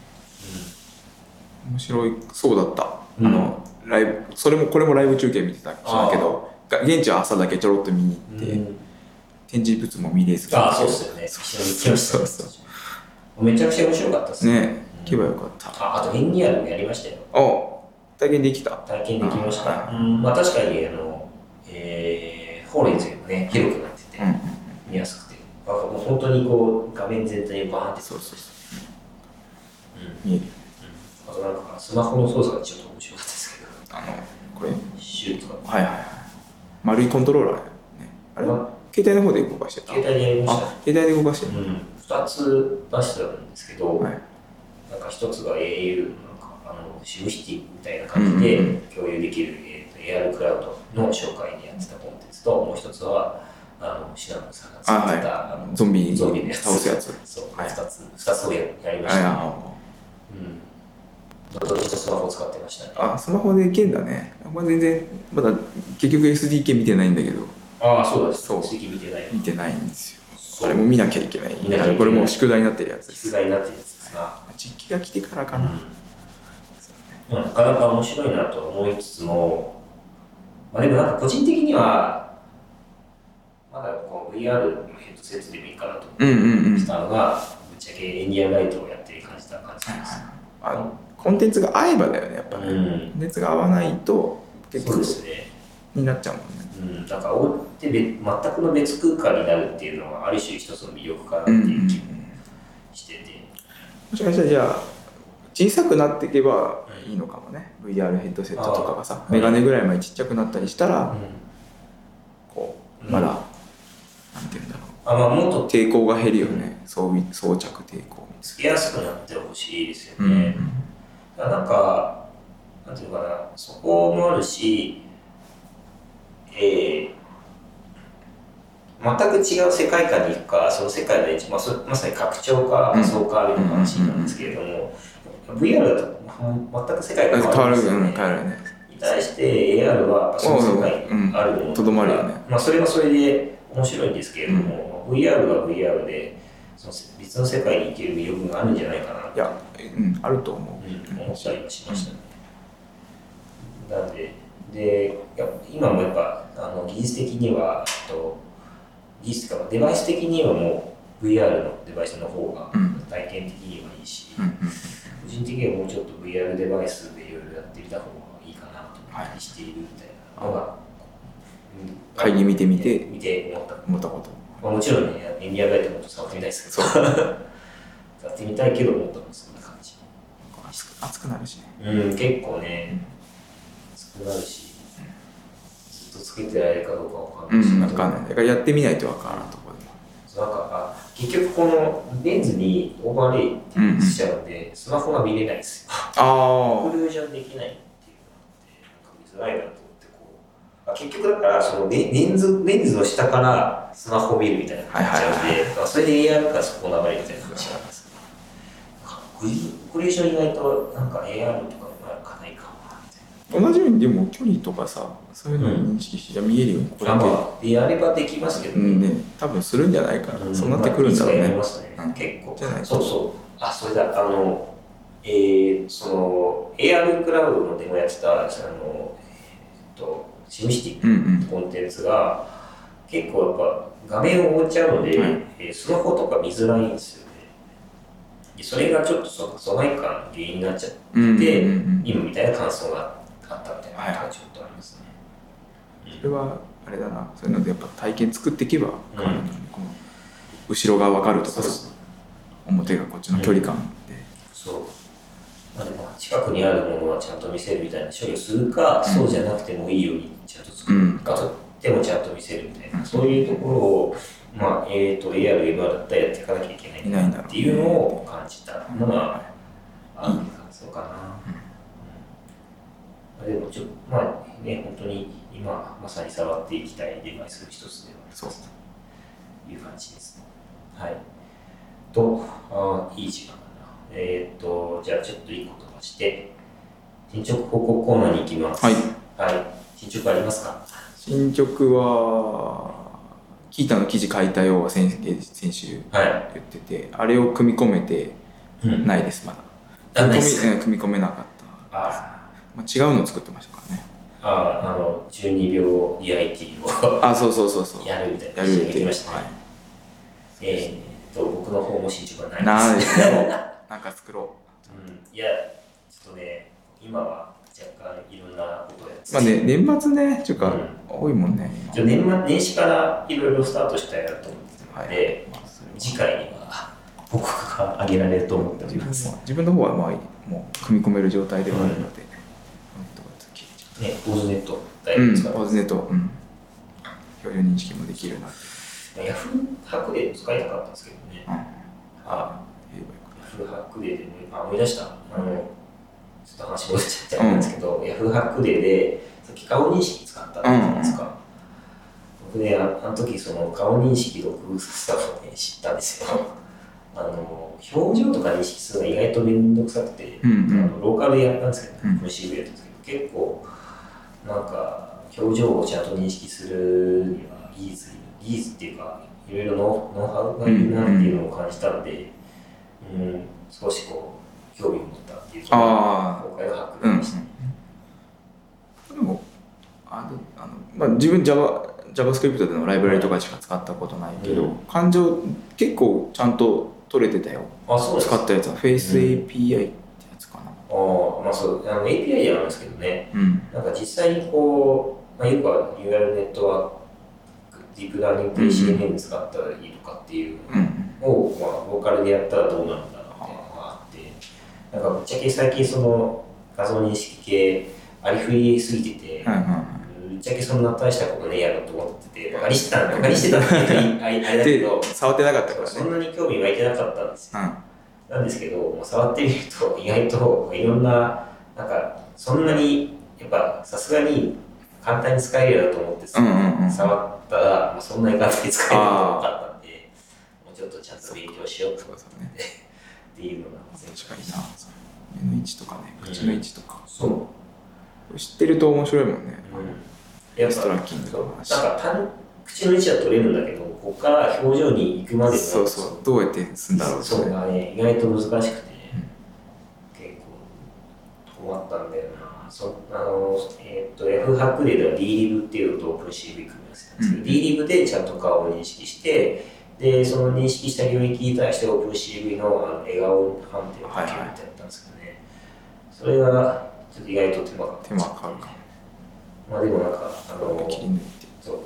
[SPEAKER 2] い面白いそうだった、
[SPEAKER 1] うん
[SPEAKER 2] あのライブそれもこれもライブ中継見てたけ
[SPEAKER 1] あー
[SPEAKER 2] どが現地は朝だけちょろっと見に
[SPEAKER 1] う
[SPEAKER 2] 行
[SPEAKER 1] ん
[SPEAKER 2] って、
[SPEAKER 1] うん
[SPEAKER 2] 展示物も見れず
[SPEAKER 1] あ、そうっすよね。
[SPEAKER 2] そう
[SPEAKER 1] 一緒に行きました
[SPEAKER 2] そうそう
[SPEAKER 1] めちゃくちゃ面白かったです
[SPEAKER 2] ね
[SPEAKER 1] うん
[SPEAKER 2] 行けばよかった
[SPEAKER 1] ああと、エンニアルもやりましたよ。
[SPEAKER 2] あ体験できた
[SPEAKER 1] 体験できまし
[SPEAKER 2] あ
[SPEAKER 1] た。
[SPEAKER 2] は
[SPEAKER 1] うん、まあ確かに、あの、えー、ホーレンズがね、広くなってて
[SPEAKER 2] う、ん
[SPEAKER 1] 見やすくて、なんかもう本当にこう、画面全体にバーンって
[SPEAKER 2] そうそうそう
[SPEAKER 1] うん
[SPEAKER 2] 見える
[SPEAKER 1] あとなんかスマホの操作がちょっと面白かったですけど、
[SPEAKER 2] あのこれはい
[SPEAKER 1] シュートが。
[SPEAKER 2] はいはい丸いコントローラーねあれは携帯の方で動かしてた
[SPEAKER 1] 携帯でやりました。
[SPEAKER 2] あ携帯で動かして
[SPEAKER 1] う
[SPEAKER 2] る
[SPEAKER 1] ん、2つ出してたんですけど、
[SPEAKER 2] はい
[SPEAKER 1] なんか1つが au のなんかあのシムシティみたいな感じ
[SPEAKER 2] うんう
[SPEAKER 1] で
[SPEAKER 2] ん
[SPEAKER 1] 共有できる、えーと AR クラウドの紹介でやってたコンテンツと、もう1つはあのシナムさんが作ってた、あの
[SPEAKER 2] ゾンビ
[SPEAKER 1] ゾンビのやつ
[SPEAKER 2] 倒すやつ
[SPEAKER 1] そう、
[SPEAKER 2] はい
[SPEAKER 1] 2つ2つをややりまし
[SPEAKER 2] はい
[SPEAKER 1] た。
[SPEAKER 2] あ
[SPEAKER 1] うんどっちもスマホを使ってましたね。
[SPEAKER 2] あスマホでいけんだねまあ全然まだ結局 SDK 見てないんだけど
[SPEAKER 1] ああ、そうだ、
[SPEAKER 2] そう
[SPEAKER 1] 席見てない。
[SPEAKER 2] 見てないんですよ
[SPEAKER 1] そ
[SPEAKER 2] あれも見なきゃいけない
[SPEAKER 1] 見なきゃいけない
[SPEAKER 2] これもう宿題になってるやつで
[SPEAKER 1] 実
[SPEAKER 2] す
[SPEAKER 1] 在になってるやつですが。
[SPEAKER 2] 実機が来てからか
[SPEAKER 1] う
[SPEAKER 2] なん
[SPEAKER 1] なかなか面白いなと思いつつも、まあ、でもなんか個人的には、まだこう VR のヘッドセットでもいいかなと思
[SPEAKER 2] うんうんうん
[SPEAKER 1] ってたのが、ぶっちゃけエンジニアライトをやって感じた感じです。
[SPEAKER 2] あのコンテンツが合えばだよねやっぱね、
[SPEAKER 1] うん
[SPEAKER 2] コンテンツが合わないと結
[SPEAKER 1] そう
[SPEAKER 2] 構
[SPEAKER 1] ですね。
[SPEAKER 2] になっちゃうもんね
[SPEAKER 1] うん、なんか追って別全くの別空間になるっていうのは、ある種一つの魅力かなっていう気もしてて、
[SPEAKER 2] もしかしたらじゃあ小さくなっていけばいいのかもね、VR ヘッドセットとかがさ
[SPEAKER 1] あー
[SPEAKER 2] メガネぐらいまでちっちゃくなったりしたら、
[SPEAKER 1] うん
[SPEAKER 2] こ
[SPEAKER 1] うん
[SPEAKER 2] うまだ、なんて言うんだろ
[SPEAKER 1] あまあ、もっ
[SPEAKER 2] う
[SPEAKER 1] と
[SPEAKER 2] 抵抗が減るよね、装備装着抵抗
[SPEAKER 1] つけやすくなってほしいですよ
[SPEAKER 2] うん、
[SPEAKER 1] ね。だからなんか、なんていうのかな、そこもあるし、えー全く違う世界観に行くか、その世界の一、まあ、そまさに拡張か、
[SPEAKER 2] うん
[SPEAKER 1] そうかみたいな話なんですけれども、VR だとま全く世界
[SPEAKER 2] 変
[SPEAKER 1] 観が変
[SPEAKER 2] わ
[SPEAKER 1] わるん
[SPEAKER 2] る
[SPEAKER 1] ですよ
[SPEAKER 2] うん
[SPEAKER 1] ね
[SPEAKER 2] 変。わるよね
[SPEAKER 1] に対して AR はやっぱその世界にあるもの
[SPEAKER 2] とどまるよね
[SPEAKER 1] まあ、それはそれで面白いんですけれども、VR は VR で、その別の世界に行ける魅力があるんじゃないかなと
[SPEAKER 2] いやうんあると思う、
[SPEAKER 1] うん思ったりはしましたね。なんででいや今もやっぱあの技術的にはえっと技術かデバイス的にはもう VR のデバイスの方が
[SPEAKER 2] うん
[SPEAKER 1] 体験的にはいいし、
[SPEAKER 2] うんうん
[SPEAKER 1] 個人的にはもうちょっと VR デバイスでいろいろやってみた方がいいかなと思ったりしているみたいなのが、うん
[SPEAKER 2] 会議見てみて
[SPEAKER 1] 見て思った
[SPEAKER 2] 思ったこと
[SPEAKER 1] まあ、もちろんね、エンディアガイドも触ってみたいですけど、 やってみたいけど思ったのそんな感じ。
[SPEAKER 2] 熱く熱くなるしね
[SPEAKER 1] うん、結構ね、熱くなるし、ずっとつけてられるかどうかわか
[SPEAKER 2] うん
[SPEAKER 1] ないし、
[SPEAKER 2] ん、分かんない。だからやってみないと分からんところでも。
[SPEAKER 1] なんかあ結局このレンズにオーバーレイってしちゃうんで、スマホが見れないんですよ。コ
[SPEAKER 2] あ
[SPEAKER 1] ンクルージョンできないっていうのがあって、なんか見づらいなと思ってこう、あ結局だからそのレレンズ、レンズの下からスマホを見るみたいな感じなんで、
[SPEAKER 2] はい
[SPEAKER 1] まあそれで AR からそこを流れるみたいな話なんですけど、なんかコンクルージョン意外となんか AR とかうまくないかもなみたいな。
[SPEAKER 2] あ。同じようにでも距離とかさ、そういうのを認識して、じゃあ見えるようにここ
[SPEAKER 1] まあ
[SPEAKER 2] だけ、
[SPEAKER 1] まあ、やればできますけど
[SPEAKER 2] うんね、多分するんじゃないかな。そうなってくるんだろう
[SPEAKER 1] まあいつかやり
[SPEAKER 2] ね
[SPEAKER 1] ま。すね
[SPEAKER 2] うん
[SPEAKER 1] 結構
[SPEAKER 2] じゃない
[SPEAKER 1] そうそうあそれだあのえー、その AR クラウドのデモやってたあのえーっとシムシ
[SPEAKER 2] う
[SPEAKER 1] ティ
[SPEAKER 2] んうん。
[SPEAKER 1] コンテンツが結構やっぱ画面を覆っちゃうので、
[SPEAKER 2] はい
[SPEAKER 1] えースマホとか見づらいんですよねでそれがちょっとその疎外感の原因になっちゃって、
[SPEAKER 2] うんうんうんうん
[SPEAKER 1] 今みたいな感想が感
[SPEAKER 3] あったみたいなことがちょっとありますね。
[SPEAKER 2] それはあれだなそういうのでやっぱ体験作っていけば変わるのに、この後ろが分かると
[SPEAKER 3] そ
[SPEAKER 2] か
[SPEAKER 3] うそう
[SPEAKER 2] 表がこっちの距離感で、
[SPEAKER 1] そう。まあでも、近くにあるものはちゃんと見せるみたいな処理をするか、そうじゃなくてもいいようにちゃんと作るか、とってもちゃんと見せるみたいな、そういうところを、まあ、えーと、AR、MR だったらやっていかなきゃいけない
[SPEAKER 2] いないんだろう
[SPEAKER 1] っていうのを感じたのが、あの感想かな。まあでもちょ、まあね、本当に今、まさに触っていきたいデバイスの一つではあります
[SPEAKER 2] そう
[SPEAKER 1] という感じですね。はい。と、あーいい時間だな。えーっ、と、じゃあちょっと一個飛ばして、進捗報告コーナーに行きます。
[SPEAKER 2] はい。
[SPEAKER 1] はい。進捗ありますか
[SPEAKER 2] 進捗はキータの記事書いたようは先先週
[SPEAKER 1] はい。
[SPEAKER 2] 言っててあれを組み込めて
[SPEAKER 1] うん。
[SPEAKER 2] ないですまだ
[SPEAKER 1] あ、ないっ
[SPEAKER 2] 組
[SPEAKER 1] す
[SPEAKER 2] みうん組み込めなかった、
[SPEAKER 1] あ
[SPEAKER 2] まあ、違うの作ってましたからね
[SPEAKER 1] ーあー、あの、12秒リアリティを
[SPEAKER 2] あそうそうそうそう
[SPEAKER 1] やるみたいな
[SPEAKER 2] やる
[SPEAKER 1] やりましたね。
[SPEAKER 2] はい
[SPEAKER 1] えーっと、僕の方も進捗はない
[SPEAKER 2] な
[SPEAKER 1] で
[SPEAKER 2] い
[SPEAKER 1] す。
[SPEAKER 2] でもなんか作ろ
[SPEAKER 1] うん。いや、ちょっとね、今は若干いろんなことをやって
[SPEAKER 2] うまあね年末ねちょっとか、
[SPEAKER 1] うん
[SPEAKER 2] 多いもんね
[SPEAKER 1] ちょ
[SPEAKER 2] 今
[SPEAKER 1] 年末年始からいろいろスタートしたいなと思ってたので、
[SPEAKER 2] まあそれは
[SPEAKER 1] 次回には僕が上げられると思っております。
[SPEAKER 2] 自分の方はまあもう組み込める状態ではあるので、
[SPEAKER 1] ね、ボーズネットだい
[SPEAKER 2] うん、
[SPEAKER 1] ぶ使う。
[SPEAKER 2] オズネと、うん、標準認識もできるなって、
[SPEAKER 1] ヤフー白で使いたかったんですけどね。
[SPEAKER 2] うん、
[SPEAKER 1] あ
[SPEAKER 2] 言えばよか
[SPEAKER 1] ヤフー白デーでね、あ、思い出した。あの、ちょっと話戻っちゃったんですけど、ヤフー白デーで、さっき顔認識使ったじゃないですか。僕ね、ああの時その顔認識の工夫させたのをね、知ったんですよ。あの、表情とか認識するのが意外と面倒くさくて、
[SPEAKER 2] うんうん
[SPEAKER 1] あのローカルでやったんですけど、
[SPEAKER 2] うん
[SPEAKER 1] ね、これ渋谷やったんですけど、結構、なんか、表情をちゃんと認識するには技術、技術っていうか、いろいろノウノウハウがいるなっていうのを感じたんで、うん、少しこう、興味を持ったっていう
[SPEAKER 2] あ
[SPEAKER 1] 今回の発
[SPEAKER 2] ったうん、
[SPEAKER 1] 見
[SPEAKER 2] う
[SPEAKER 1] でした。
[SPEAKER 2] ん、でもあのあの、まあ、自分 Java JavaScript でのライブラリとかしか使ったことないけど、
[SPEAKER 1] うん
[SPEAKER 2] 感情結構ちゃんと取れてたよ
[SPEAKER 1] あ、そうですか。
[SPEAKER 2] 使ったやつは FaceAPI ってやつかな
[SPEAKER 1] あーまあそう、あの API ではあるんですけどね、
[SPEAKER 2] うん
[SPEAKER 1] なんか実際にこう、まあ、よくは URL ネットワーク、ディープラーニングと ECNN 使ったらいいとかっていう
[SPEAKER 2] うん
[SPEAKER 1] のを、まあ、ボーカルでやったらどうなるんだろうみたいなのがあって、なんかぶっちゃけ最近その画像認識系、ありふりすぎてて、
[SPEAKER 2] はいはいは
[SPEAKER 1] ぶっちゃけそんな大したことねえやろと思ってて、バカにしてたんバカにしてたって言うとあれあれ
[SPEAKER 2] い
[SPEAKER 1] だけ
[SPEAKER 2] で
[SPEAKER 1] ど、
[SPEAKER 2] 触ってなかったから
[SPEAKER 1] そ
[SPEAKER 2] ね
[SPEAKER 1] んなに興味湧いてなかったんですよ
[SPEAKER 2] うん
[SPEAKER 1] なんですけど、もう触ってみると、 意外といろんな、なんか、そんなに、やっぱ、さすがに簡単に使えるようだと思ってさ、
[SPEAKER 2] うんうんうん
[SPEAKER 1] 触ったら、もうそんなに簡単に使えると分かったんで、もうちょっとちゃんと勉強しようと
[SPEAKER 2] そう
[SPEAKER 1] 思っ
[SPEAKER 2] そうね
[SPEAKER 1] ていうのが、
[SPEAKER 2] 確かにな目の位置とかね口の位置とか、
[SPEAKER 1] そう。
[SPEAKER 2] 知ってると面白いもんね、
[SPEAKER 1] うん、やっ
[SPEAKER 2] ス
[SPEAKER 1] ぱ
[SPEAKER 2] トラッキングとか
[SPEAKER 1] そうなんか単口の位置は取れるんだけど、ここから表情に行くまでが
[SPEAKER 2] そうそうどうやってすんだろう
[SPEAKER 1] そう
[SPEAKER 2] ね
[SPEAKER 1] がね、意外と難しくて、結構困ったんだよな。そあのえっと F ハックデーでは D リブっていうのとオープン CV 組み合わせたんですけど、
[SPEAKER 2] うん
[SPEAKER 1] D リブでちゃんと顔を認識して、でその認識した領域に対してオープン CV のあの笑顔判定をかけるみたいだったんですけどね、それがちょっと意外と手間がか
[SPEAKER 2] 手間かかるか
[SPEAKER 1] まあでもなんか、あの
[SPEAKER 2] も切り抜いて
[SPEAKER 1] そう。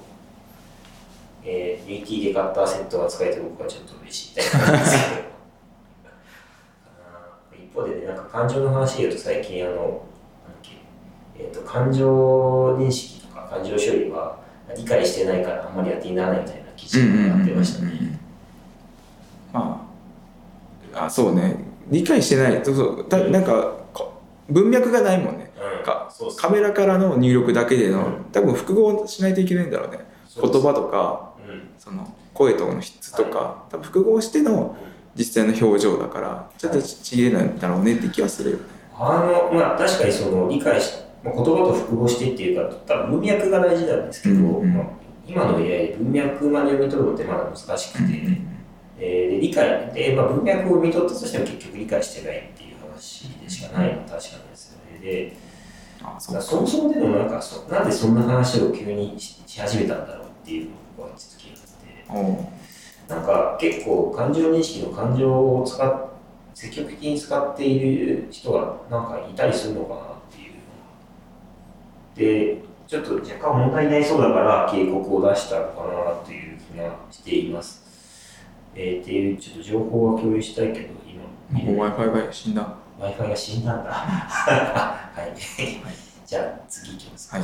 [SPEAKER 1] えー、UT で買ったセットが使えて僕はちょっと嬉しいみ たいなんですけど。あー一方でね、なんか感情の話で言うと最近あの、なんだっけ、えっ、と、感情認識とか感情処理は理解してないからあんまりやっていならないみたいな記事がなってましたね。
[SPEAKER 2] まああそうね理解してないそうそうだなんかこ文脈がないもんね
[SPEAKER 1] うん
[SPEAKER 2] か
[SPEAKER 1] そうそう
[SPEAKER 2] カメラからの入力だけでの、
[SPEAKER 1] うん
[SPEAKER 2] 多分複合しないといけないんだろうね
[SPEAKER 1] そう
[SPEAKER 2] 言
[SPEAKER 1] そう
[SPEAKER 2] 葉とか
[SPEAKER 1] うん。
[SPEAKER 2] その声との質とか、多分複合しての実際の表情だからちょっとちちぎれないんだろうねって気はするよね、
[SPEAKER 1] あの、まあ確かにその理解し、まあ、言葉と複合してっていうか、多分文脈が大事なんですけど、
[SPEAKER 2] うんうん
[SPEAKER 1] まあ今の AI で文脈まで読み取るのってまだ難しくて、えーで理解で、まあ、文脈を読み取ったとしても結局理解してないっていう話でしかないのは確かなんですよね。で、
[SPEAKER 2] ああそ
[SPEAKER 1] だから
[SPEAKER 2] う
[SPEAKER 1] そもそもでもなんかそ、なんでそんな話を急にしし始めたんだろうっていうのがちょっと気になって。
[SPEAKER 2] おう
[SPEAKER 1] なんか結構感情認識の感情を使っ積極的に使っている人がなんかいたりするのかなっていうので、ちょっと若干問題になりそうだから警告を出したのかなという気がしています。えー、っていう、ちょっと情報は共有したいけど、今。
[SPEAKER 2] Wi-Fi が死んだ。
[SPEAKER 1] Wi-Fi が死んだんだ。 はい。 じゃあ、次いきます
[SPEAKER 2] はい。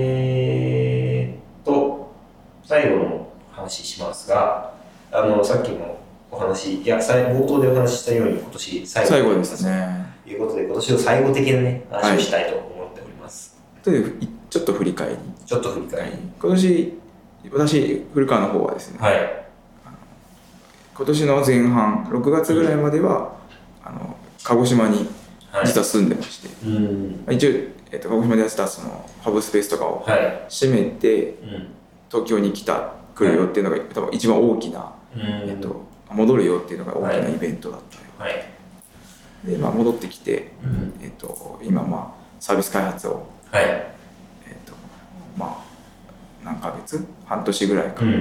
[SPEAKER 1] えーっと、最後の話しますが、あの、さっきもお話、いや、冒頭でお話ししたように、今年最後
[SPEAKER 2] 最後ですね。
[SPEAKER 1] ということで、今年の最後的なね、話をしたいと思っております。
[SPEAKER 2] という、ちょっと振り返り。
[SPEAKER 1] ちょっと振り返り。
[SPEAKER 2] 今年、私、古川の方はですね、
[SPEAKER 1] はい。
[SPEAKER 2] 今年の前半6月ぐらいまでは、うん、あの鹿児島に実は住んでまして、
[SPEAKER 1] はいうん、
[SPEAKER 2] 一応、えーと、と鹿児島でやってたそのハブスペースとかを閉めて、
[SPEAKER 1] はい、
[SPEAKER 2] 東京に来た来るよっていうのが、多分一番大きな、うん、えーと、と戻るよっていうのが大きなイベントだった
[SPEAKER 1] の
[SPEAKER 2] で、でまあ、戻ってきて、えーと、と今、まあ、サービス開発を、
[SPEAKER 1] はい、
[SPEAKER 2] えーとまあ、何ヶ月半年ぐらいかや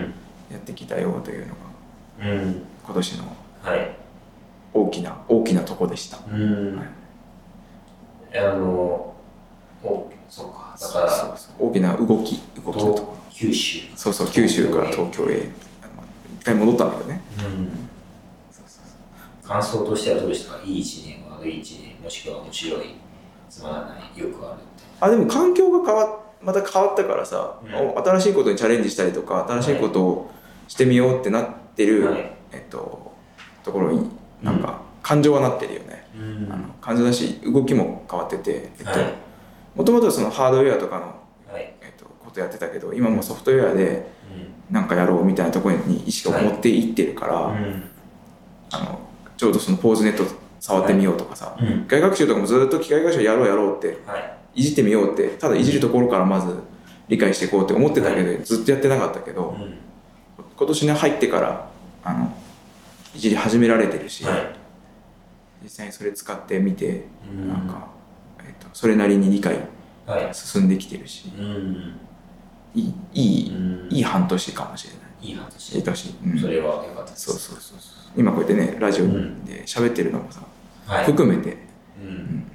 [SPEAKER 2] ってきたよというのが。
[SPEAKER 1] うん、
[SPEAKER 2] 今年の大きな、
[SPEAKER 1] はい、
[SPEAKER 2] 大きなとこでした。
[SPEAKER 1] うんはい、あのそうかだから
[SPEAKER 2] 大きな動き動きのとこ
[SPEAKER 1] 九州
[SPEAKER 2] そうそう九州から東京へ一回戻ったんだよね。
[SPEAKER 1] うん感想としてはどうですかいい一年悪い一年もしくは面白いつまらないよくある
[SPEAKER 2] あでも環境が変わまた変わったからさ、うん、新しいことにチャレンジしたりとか新しいことをしてみようってなって、はいてる、はい、えっと、ところになんか感情はなってるよね、
[SPEAKER 1] うん、あの
[SPEAKER 2] 感情だし動きも変わっててもともとそのハードウェアとか
[SPEAKER 1] の、はい、
[SPEAKER 2] えっと、ことやってたけど今もソフトウェアでなんかやろうみたいなところに意識を持っていってるから、はい、あのちょうどそのポーズネット触ってみようとかさ、機械学習とかもずっと機械学習やろうやろうって、い、じってみようってただいじるところからまず理解していこうって思ってたけど、ずっとやってなかったけど、今年に入ってからあのいじり始められてるし、
[SPEAKER 1] はい、
[SPEAKER 2] 実際にそれ使ってみて、んなんか、えーと、とそれなりに理解進んできてるし、
[SPEAKER 1] はい
[SPEAKER 2] いいいい半年かもしれない
[SPEAKER 1] いい半年
[SPEAKER 2] いい年、
[SPEAKER 1] うん、それはよかった
[SPEAKER 2] そうそうそう今こうやってねラジオで喋ってるのもさ、
[SPEAKER 1] うん、
[SPEAKER 2] 含めて、
[SPEAKER 1] うん、うん、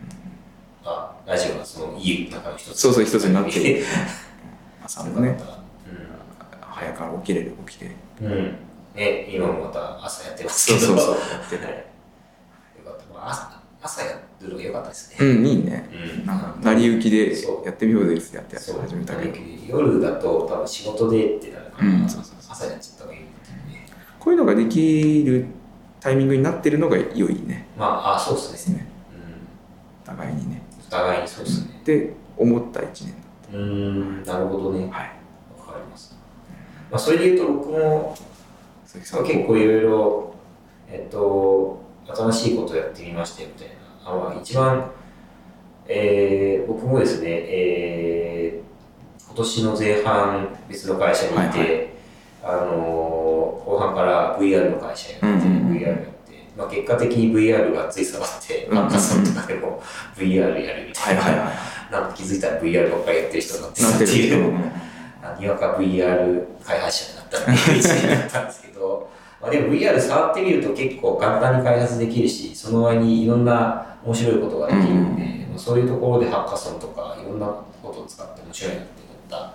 [SPEAKER 1] あラジオがそのいい中の一つ
[SPEAKER 2] そうそう一つになってる朝
[SPEAKER 1] も
[SPEAKER 2] ね、早から起きれる起きて
[SPEAKER 1] うんね、今もまた朝やってます
[SPEAKER 2] けど。 そうそうそう。
[SPEAKER 1] 朝やるのが良かったですね。
[SPEAKER 2] うん、いいね。
[SPEAKER 1] うん、
[SPEAKER 2] なんか、成り行きでやってみようですやって始めたけど。
[SPEAKER 1] 夜だと多分仕事でってなるから、
[SPEAKER 2] うん、そうそう
[SPEAKER 1] そう朝やっちゃった方がいい、ね、
[SPEAKER 2] こういうのができるタイミングになってるのが良いね。
[SPEAKER 1] まあ、あそうですね。
[SPEAKER 2] うん、お互いにね。
[SPEAKER 1] お互いにそうですね。
[SPEAKER 2] って、思った一年だ
[SPEAKER 1] った。うん、なるほどね。
[SPEAKER 2] はい。
[SPEAKER 1] わかります。まあ、それで言うと僕も、結構いろいろ、えっと、新しいことをやってみましたみたいな。あまあ、一番、えー、僕もですね、えー、今年の前半別の会社にいて、はいはい、あのー、後半から VR の会社やって、VR やって、まあ、結果的に VR がつい触って、ハッカソンとかでも VR やるみたいな、なんか気づいたら VR ばっかりやってる人になってたっていう。にわか VR 開発者になったっていう一年だったんですけど、 まあでも VR 触ってみると結構簡単に開発できるし、その前にいろんな面白いことができるんで、うん、そういうところでハッカソンとかいろんなことを使って面白いなって思ったっ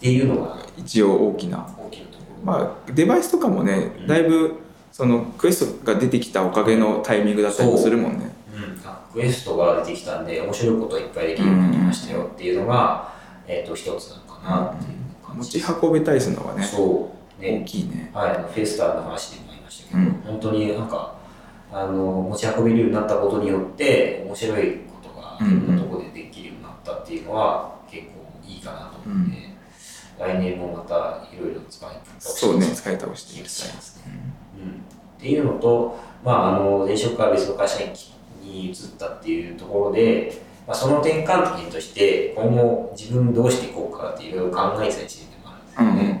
[SPEAKER 1] ていうのが
[SPEAKER 2] 一応大きな。
[SPEAKER 1] 大きなところ。
[SPEAKER 2] まあデバイスとかもね、うん、だいぶそのクエストが出てきたおかげのタイミングだったりもするもんね。
[SPEAKER 1] うん、クエストが出てきたんで面白いこといっぱいできるようになりましたよっていうのが、うん、えっ、と一つなのかなっていう。
[SPEAKER 2] 持ち運べたりするのがね
[SPEAKER 1] そう
[SPEAKER 2] ね大きいね、
[SPEAKER 1] はい、フェスタの話でもありましたけど、うん、本当になんかあの持ち運べるようになったことによって面白いことがいろんなとこでできるようになったっていうのは、結構いいかなと思って、うん、来年もまたいろいろ使い倒して
[SPEAKER 2] そうね使い倒してい
[SPEAKER 1] きたいですね、うん、うん、っていうのと、まあ、あの前職から別の会社に移ったっていうところでまあ、その転換点として今後自分どうしていこうかっていろいろ考えてた一年でもあるん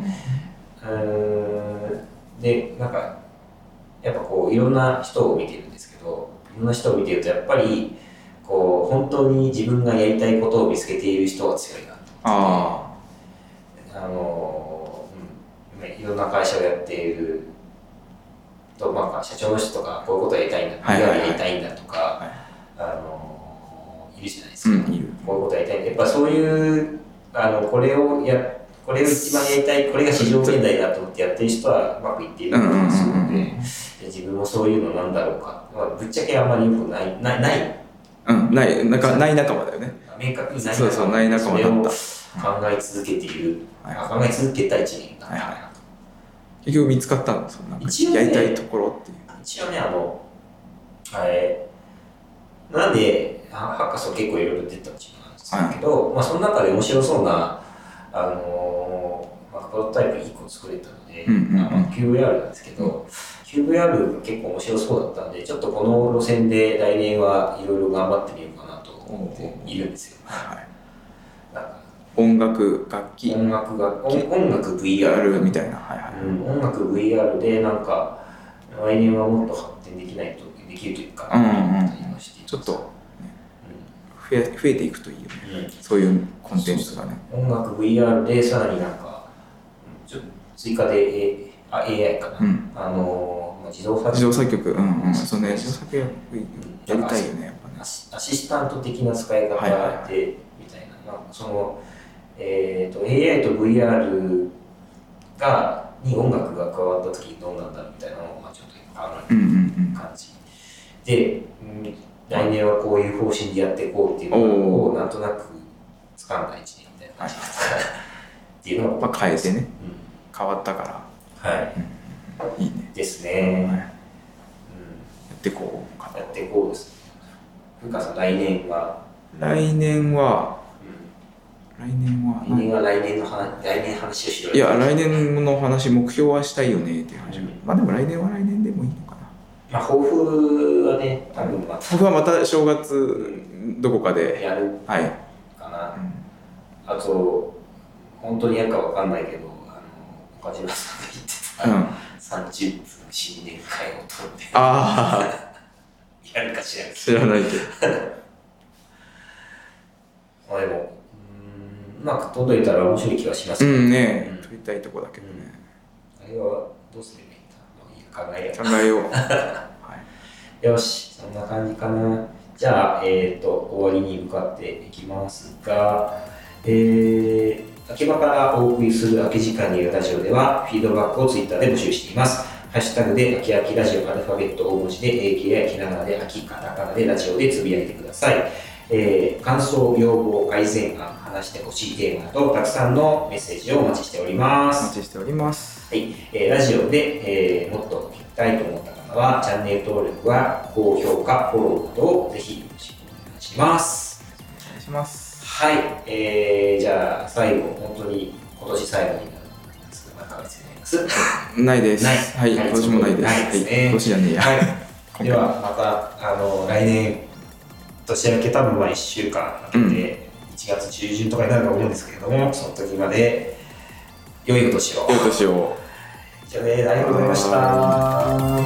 [SPEAKER 1] ですよね。うん、でなんかやっぱこういろんな人を見てるんですけどいろんな人を見てるとやっぱりこう本当に自分がやりたいことを見つけている人は強いなと
[SPEAKER 2] 思
[SPEAKER 1] ってあの、うん、いろんな会社をやっていると、まあ、社長の人とかこういうことやりたいんだ、はいはい、やりたいんだとか。あのいるじゃないですか、
[SPEAKER 2] うんいる
[SPEAKER 1] こういうことやりたいんでやっぱそういうあのこれをやこれを一番やりたいこれが市場現代だと思ってやってる人はうまくいっていると思うんですよ
[SPEAKER 2] うんうんうんうん
[SPEAKER 1] でで自分もそういうのなんだろうか、まあ、ぶっちゃけあんまりよくないないない
[SPEAKER 2] うん、ない、なんか、ない仲間だよね。
[SPEAKER 1] 明確にない
[SPEAKER 2] そうそう、ない仲間だった。
[SPEAKER 1] それを考え続けている、
[SPEAKER 2] はい
[SPEAKER 1] 考え続けた一年だったかなと、
[SPEAKER 2] はい結局見つかったの、そのなんか、
[SPEAKER 1] 一応ね
[SPEAKER 2] やりたいところっていう。
[SPEAKER 1] 一応ねあのあれなんではハッカソン結構いろいろ出たチームなんですけど、まあ、その中で面白そうなあのー、まあ、プロトタイプ1個作れたので、
[SPEAKER 2] うんうんうん
[SPEAKER 1] あの QVR なんですけど、QVR が結構面白そうだったんでちょっとこの路線で来年はいろいろ頑張ってみようかなと思っているんですよ。
[SPEAKER 2] はい
[SPEAKER 1] なんか
[SPEAKER 2] 音楽、楽器、
[SPEAKER 1] 音楽が音音楽 VR
[SPEAKER 2] VR みたいな。はいはい。
[SPEAKER 1] うん、音楽 VR でなんか来年はもっと発展できないとできるというか、
[SPEAKER 2] うんうんうん
[SPEAKER 1] ありまして
[SPEAKER 2] ちょっと、増え、増えていくといいよね。そういうコンテンツがね。
[SPEAKER 1] うん、音楽 VR でさらになんかうんちょっと追加で、A、あ AI かな、
[SPEAKER 2] うん。
[SPEAKER 1] あのーまあ自動作
[SPEAKER 2] 自
[SPEAKER 1] 業
[SPEAKER 2] 動作曲、うんうん。そうね、自動作曲やりたいよね、やっぱね
[SPEAKER 1] ア。シアシスタント的な使い方で、
[SPEAKER 2] はいはい
[SPEAKER 1] みたいな、まあ、その、えー、と AI と VR がに音楽が加わった時どうなんだろうみたいなのを、まあ、ちょっとあの
[SPEAKER 2] うんうん
[SPEAKER 1] 感じで、うん来年はこういう方針でやっていこうっていうの
[SPEAKER 2] お
[SPEAKER 1] をなんとなく掴んだ一年みたいな感じですかっていうの
[SPEAKER 2] うん。
[SPEAKER 1] は、
[SPEAKER 2] やっぱ変えてね、
[SPEAKER 1] うん
[SPEAKER 2] 変わったか
[SPEAKER 1] は
[SPEAKER 2] ら、いいね。
[SPEAKER 1] いです
[SPEAKER 2] はい
[SPEAKER 1] ね、
[SPEAKER 2] やってこうか
[SPEAKER 1] うん、やっていこうですねふうかさん来年は、
[SPEAKER 2] な。来年は、
[SPEAKER 1] う
[SPEAKER 2] 来年は
[SPEAKER 1] ん、来年は来年の話来年の話をしろよ
[SPEAKER 2] いや、来年の話、目標はしたいよねっていう話、
[SPEAKER 1] うん
[SPEAKER 2] まあでも来年は来年でもいいのかな。
[SPEAKER 1] まあ抱負はね多分ま
[SPEAKER 2] 僕はまた正月、どこか
[SPEAKER 1] た
[SPEAKER 2] で、
[SPEAKER 1] やる
[SPEAKER 2] はい。
[SPEAKER 1] かな
[SPEAKER 2] うん
[SPEAKER 1] あと本当にやるかわかんないけどあの岡島さんが言ってた、
[SPEAKER 2] うん
[SPEAKER 1] 30分新年会を取って
[SPEAKER 2] あ
[SPEAKER 1] やるかしら
[SPEAKER 2] あ、知らないけど。
[SPEAKER 1] まあでも、うーん、なんか届いたら面白い気がしますけど、
[SPEAKER 2] うんね
[SPEAKER 1] うん、
[SPEAKER 2] 撮りたいとこだけどね。
[SPEAKER 1] あれはどうすればいいんだまあいいや考え
[SPEAKER 2] 考え よう。はい
[SPEAKER 1] よう。よし、そんな感じかな。じゃあ、えっ、と、終わりに向かっていきますが、えー、秋葉からお送りする空き時間にいるラジオでは、フィードバックをツイッターで募集しています。ハッシュタグで、秋秋ラジオアルファベット大文字で、AKI ひながらで、秋カタカナでラジオでつぶやいてください。えー感想、要望、改善案、話してほしいテーマなど、たくさんのメッセージをお待ちしておりま
[SPEAKER 2] お
[SPEAKER 1] す。
[SPEAKER 2] 待ちしております。
[SPEAKER 1] はい、えーラジオで、えーもっと聞きたいと思った方は、チャンネル登録は高評価、フォローなどをぜひよろしくお願いします。
[SPEAKER 2] お願いします。
[SPEAKER 1] はい、えーじゃあ最後、本当に今年最後になると思いますが、中別になります。
[SPEAKER 2] ないです。
[SPEAKER 1] ない
[SPEAKER 2] はい、今年もないです。
[SPEAKER 1] ないですね
[SPEAKER 2] はい、今年じゃねえや。
[SPEAKER 1] はい、ではまたあの来年年明け多分まあ1週間明けて、
[SPEAKER 2] うん
[SPEAKER 1] 1月中旬とかになると思うんですけれどもその時まで良いお年を
[SPEAKER 2] 良いお年を。
[SPEAKER 1] じゃあねありがとうございました。